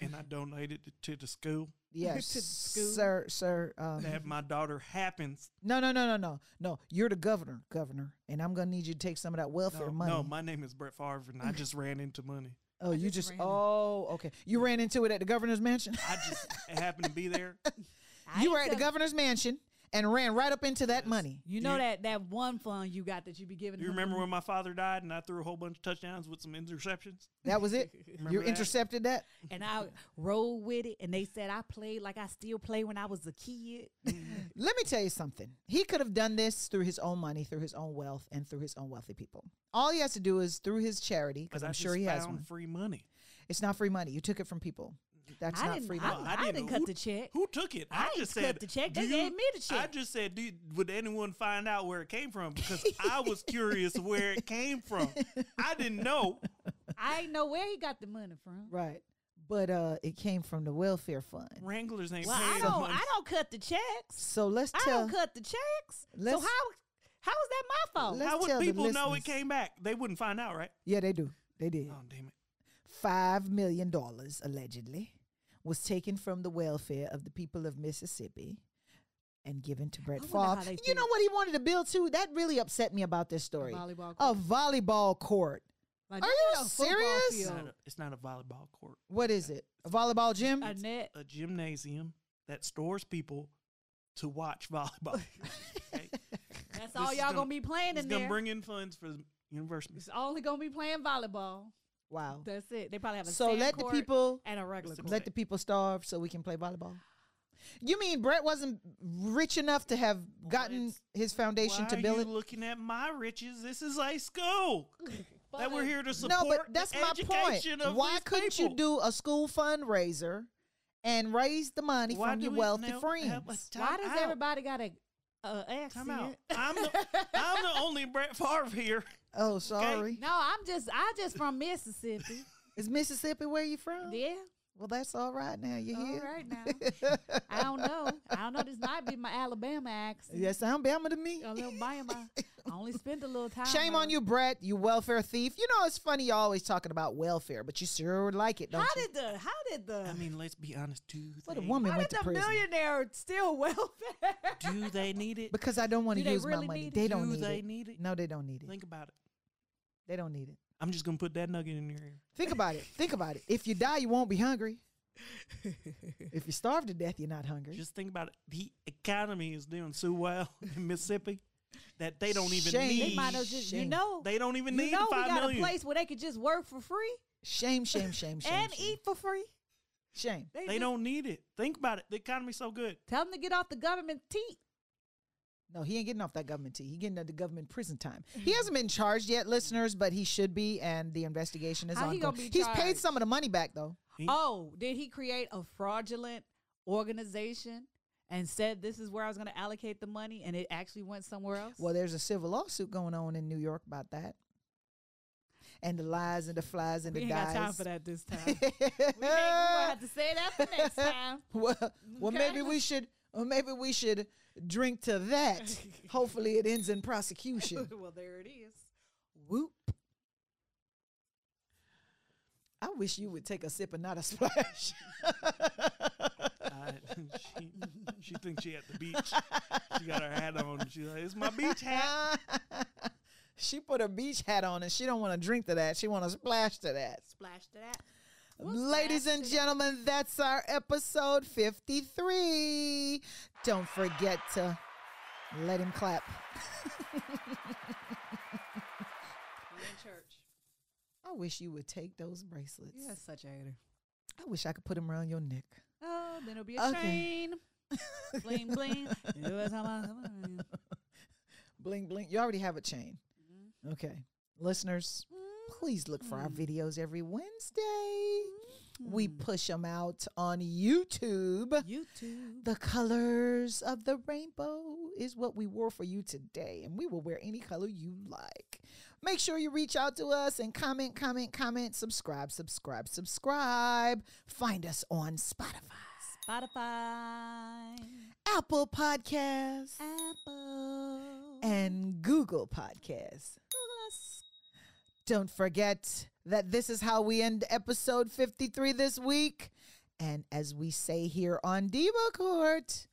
S3: and I donated it to the school
S1: Yeah,
S2: To school.
S1: sir, sir. Um,
S3: that my daughter happens.
S1: no, no, no, no, no, no. You're the governor, governor, and I'm gonna need you to take some of that welfare
S3: No,
S1: money.
S3: no, my name is Brett Favre, and I just ran into money.
S1: Oh,
S2: I
S1: you just
S2: just ran in.
S1: oh okay. You ran into it at the governor's mansion.
S3: I just happened to be there.
S2: I
S1: you were
S2: ain't
S1: at the
S2: tell-
S1: governor's mansion and ran right up into that money.
S2: You
S3: Do
S2: know
S3: you-
S2: that that one fund you got that you be giving.
S3: You
S2: them?
S3: remember when my father died, and I threw a whole bunch of touchdowns with some interceptions?
S1: That was it. you
S3: Remember that?
S1: intercepted that.
S2: And I rolled with it, and they said I played like I still play when I was a kid.
S1: Let me tell you something. He could have done this through his own money, through his own wealth, and through his own wealthy people. All he has to do is through his charity, because
S3: But I
S1: I'm sure
S3: just
S1: he has
S3: found
S1: one.
S3: free money.
S1: It's not free money. You took it from people. That's
S2: Mm, I
S1: not
S2: didn't.
S1: free
S2: I,
S1: money.
S3: I
S2: I
S3: didn't
S2: didn't
S3: know
S2: cut
S3: who-
S2: the check.
S3: Who took it?
S2: I ain't
S3: just
S2: cut
S3: said
S2: the check. They
S3: "Do
S2: gave me the
S3: I
S2: check."
S3: just said, "Do you- would anyone find out where it came from? Because I was curious where it came from. I didn't know.
S2: I ain't know where he got the money from.
S1: Right. But uh, it came from the welfare fund.
S3: Wranglers ain't
S2: Well, I
S3: paying
S2: don't.
S3: money.
S2: I don't cut the checks.
S1: So let's
S2: I
S1: tell
S2: don't cut the checks. So
S1: Let's-
S2: how how is that my fault?
S1: Let's
S3: How
S1: tell
S3: would
S1: the
S3: people know
S1: listeners.
S3: it came back? They wouldn't find out, right?
S1: Yeah, they do. They did.
S3: Oh damn it!
S1: five million dollars allegedly was taken from the welfare of the people of Mississippi and given to Brett
S2: I wonder how
S1: Favre.
S2: they
S1: You know
S2: feel.
S1: what he wanted to build too? That really upset me about this story.
S2: volleyball
S1: A
S2: court.
S1: volleyball court.
S2: Like,
S1: are
S2: they need
S1: you
S2: a football
S1: serious?
S3: It's
S2: field.
S3: not, a, it's not a volleyball court.
S1: What is it? A volleyball gym?
S2: A net.
S3: A gymnasium that stores people to watch volleyball. Okay?
S2: That's
S3: This
S2: all
S3: is
S2: y'all
S3: gonna-
S2: gonna be playing
S3: it's
S2: in
S3: gonna
S2: there.
S3: bring in funds for the university.
S2: it's only gonna be playing volleyball.
S1: Wow.
S2: That's it. They probably have a
S1: So
S2: sand
S1: let the
S2: court
S1: people
S2: and a regular
S3: It's a
S2: court.
S1: let the people starve so we can play volleyball. You mean Brett wasn't rich enough to have gotten
S3: it's-
S1: his foundation
S3: Why
S1: to
S3: are
S1: build
S3: you
S1: it?
S3: looking at my riches? This is a school that we're here to
S1: No,
S3: support.
S1: but that's
S3: the
S1: my
S3: education
S1: point.
S3: of
S1: Why
S3: these
S1: couldn't you
S3: people.
S1: do a school fundraiser and raise the money
S3: Why
S1: from
S3: do
S1: your
S3: it
S1: wealthy
S3: now?
S1: friends?
S3: Help us.
S2: Why
S3: Time
S2: does
S3: out.
S2: everybody got a uh,
S3: Time out.
S2: accent?
S3: I'm the, I'm the only Brett Favre here.
S1: Oh, sorry.
S2: No, I'm just I just from Mississippi.
S1: Is Mississippi where you from?
S2: yeah.
S1: Well, that's all right now. You're
S2: All
S1: here.
S2: right now. I don't know. I don't know. This might be my Alabama accent.
S1: Yes, I'm Bama to me.
S2: A little Bama. I only spent a little time.
S1: Shame
S2: with
S1: on
S2: her.
S1: you, Brett, you welfare thief. You know, it's funny you're always talking about welfare, but you sure would like it, don't
S2: How
S1: you?
S2: did the how did the
S3: I mean, let's be honest. Do
S1: What a
S3: they,
S1: woman
S2: how
S1: went
S2: did
S1: to
S2: the
S1: prison.
S2: millionaire steal welfare?
S3: Do they need it?
S1: Because I don't want
S2: Do
S1: to
S2: they
S1: use my
S2: really
S1: money.
S2: need it?
S1: They
S3: do
S1: don't need
S3: they
S1: it.
S3: need it?
S1: No, they don't need it.
S3: Think about it.
S1: They don't need it.
S3: I'm just gonna put that nugget in your ear.
S1: Think about it. Think about it. If you die, you won't be hungry. if you starve to death, you're not hungry.
S3: Just think about it. The economy is doing so well in Mississippi that they don't even
S1: Shame.
S2: they
S3: need.
S2: might have just you
S1: Shame.
S2: know
S3: They don't even
S2: you
S3: need
S2: know
S3: the
S2: we
S3: five
S2: got
S3: million.
S2: a place where they could just work for free
S1: shame, shame, shame, shame.
S2: and
S1: shame.
S2: eat for free.
S1: Shame.
S3: They
S2: just-
S3: don't need it. Think about it. The economy's so good.
S2: tell them to get off the government teat.
S1: No, he ain't getting off that government tea. He getting the government prison time.
S2: Mm-hmm.
S1: He hasn't been charged yet, listeners, but he should be, and the investigation is
S2: How he
S1: ongoing.
S2: gonna be
S1: He's paid
S2: charged?
S1: some of the money back though.
S3: He-
S2: Oh, did he create a fraudulent organization and said this is where I was going to allocate the money, and it actually went somewhere else?
S1: Well, there's a civil lawsuit going on in New York about that. And the lies and the flies and the
S2: we ain't
S1: dies.
S2: got time for that this time. we ain't, we gonna have to say that for next time.
S1: well, well,
S2: Okay.
S1: maybe we should, or maybe we should drink to that. Hopefully, it ends in prosecution.
S2: well, there it is. Whoop.
S1: I wish you would take a sip and not a splash.
S3: I, she, she thinks she at the beach. She got her hat on. She's like, "It's my beach hat."
S1: she put her beach hat on and she don't want to drink to that. She want to splash to that.
S2: Splash to that.
S1: Ladies and gentlemen, that's our episode 53. Don't forget to let him clap.
S2: We're in church.
S1: I wish you would take those bracelets.
S2: You're such a hater.
S1: I wish I could put them around your neck.
S2: Oh, then it'll be a
S1: Okay.
S2: chain. bling, bling. It was how I-
S1: Bling, bling. You already have a chain. Okay. Listeners, please look for our videos every Wednesday. We push them out on YouTube.
S2: YouTube.
S1: The colors of the rainbow is what we wore for you today, and we will wear any color you like. Make sure you reach out to us and comment, comment, comment, subscribe, subscribe, subscribe. Find us on Spotify,
S2: Spotify.
S1: Apple Podcasts,
S2: Apple.
S1: and Google Podcasts.
S2: Google us.
S1: Don't forget that this is how we end episode 53 this week. And as we say here on Devo Court,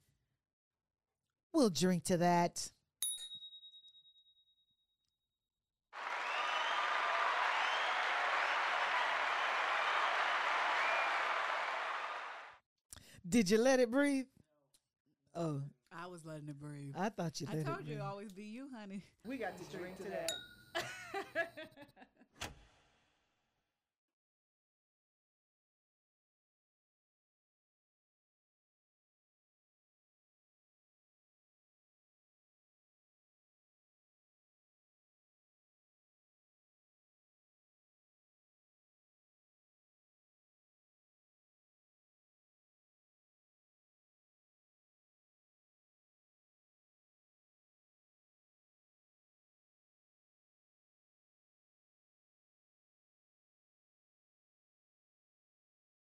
S1: we'll drink to that. Did you let it breathe? Oh,
S2: I was letting it breathe.
S1: I thought you
S2: I
S1: let it
S2: told you
S1: breathe.
S2: it always be you, honey.
S1: We got to drink to that.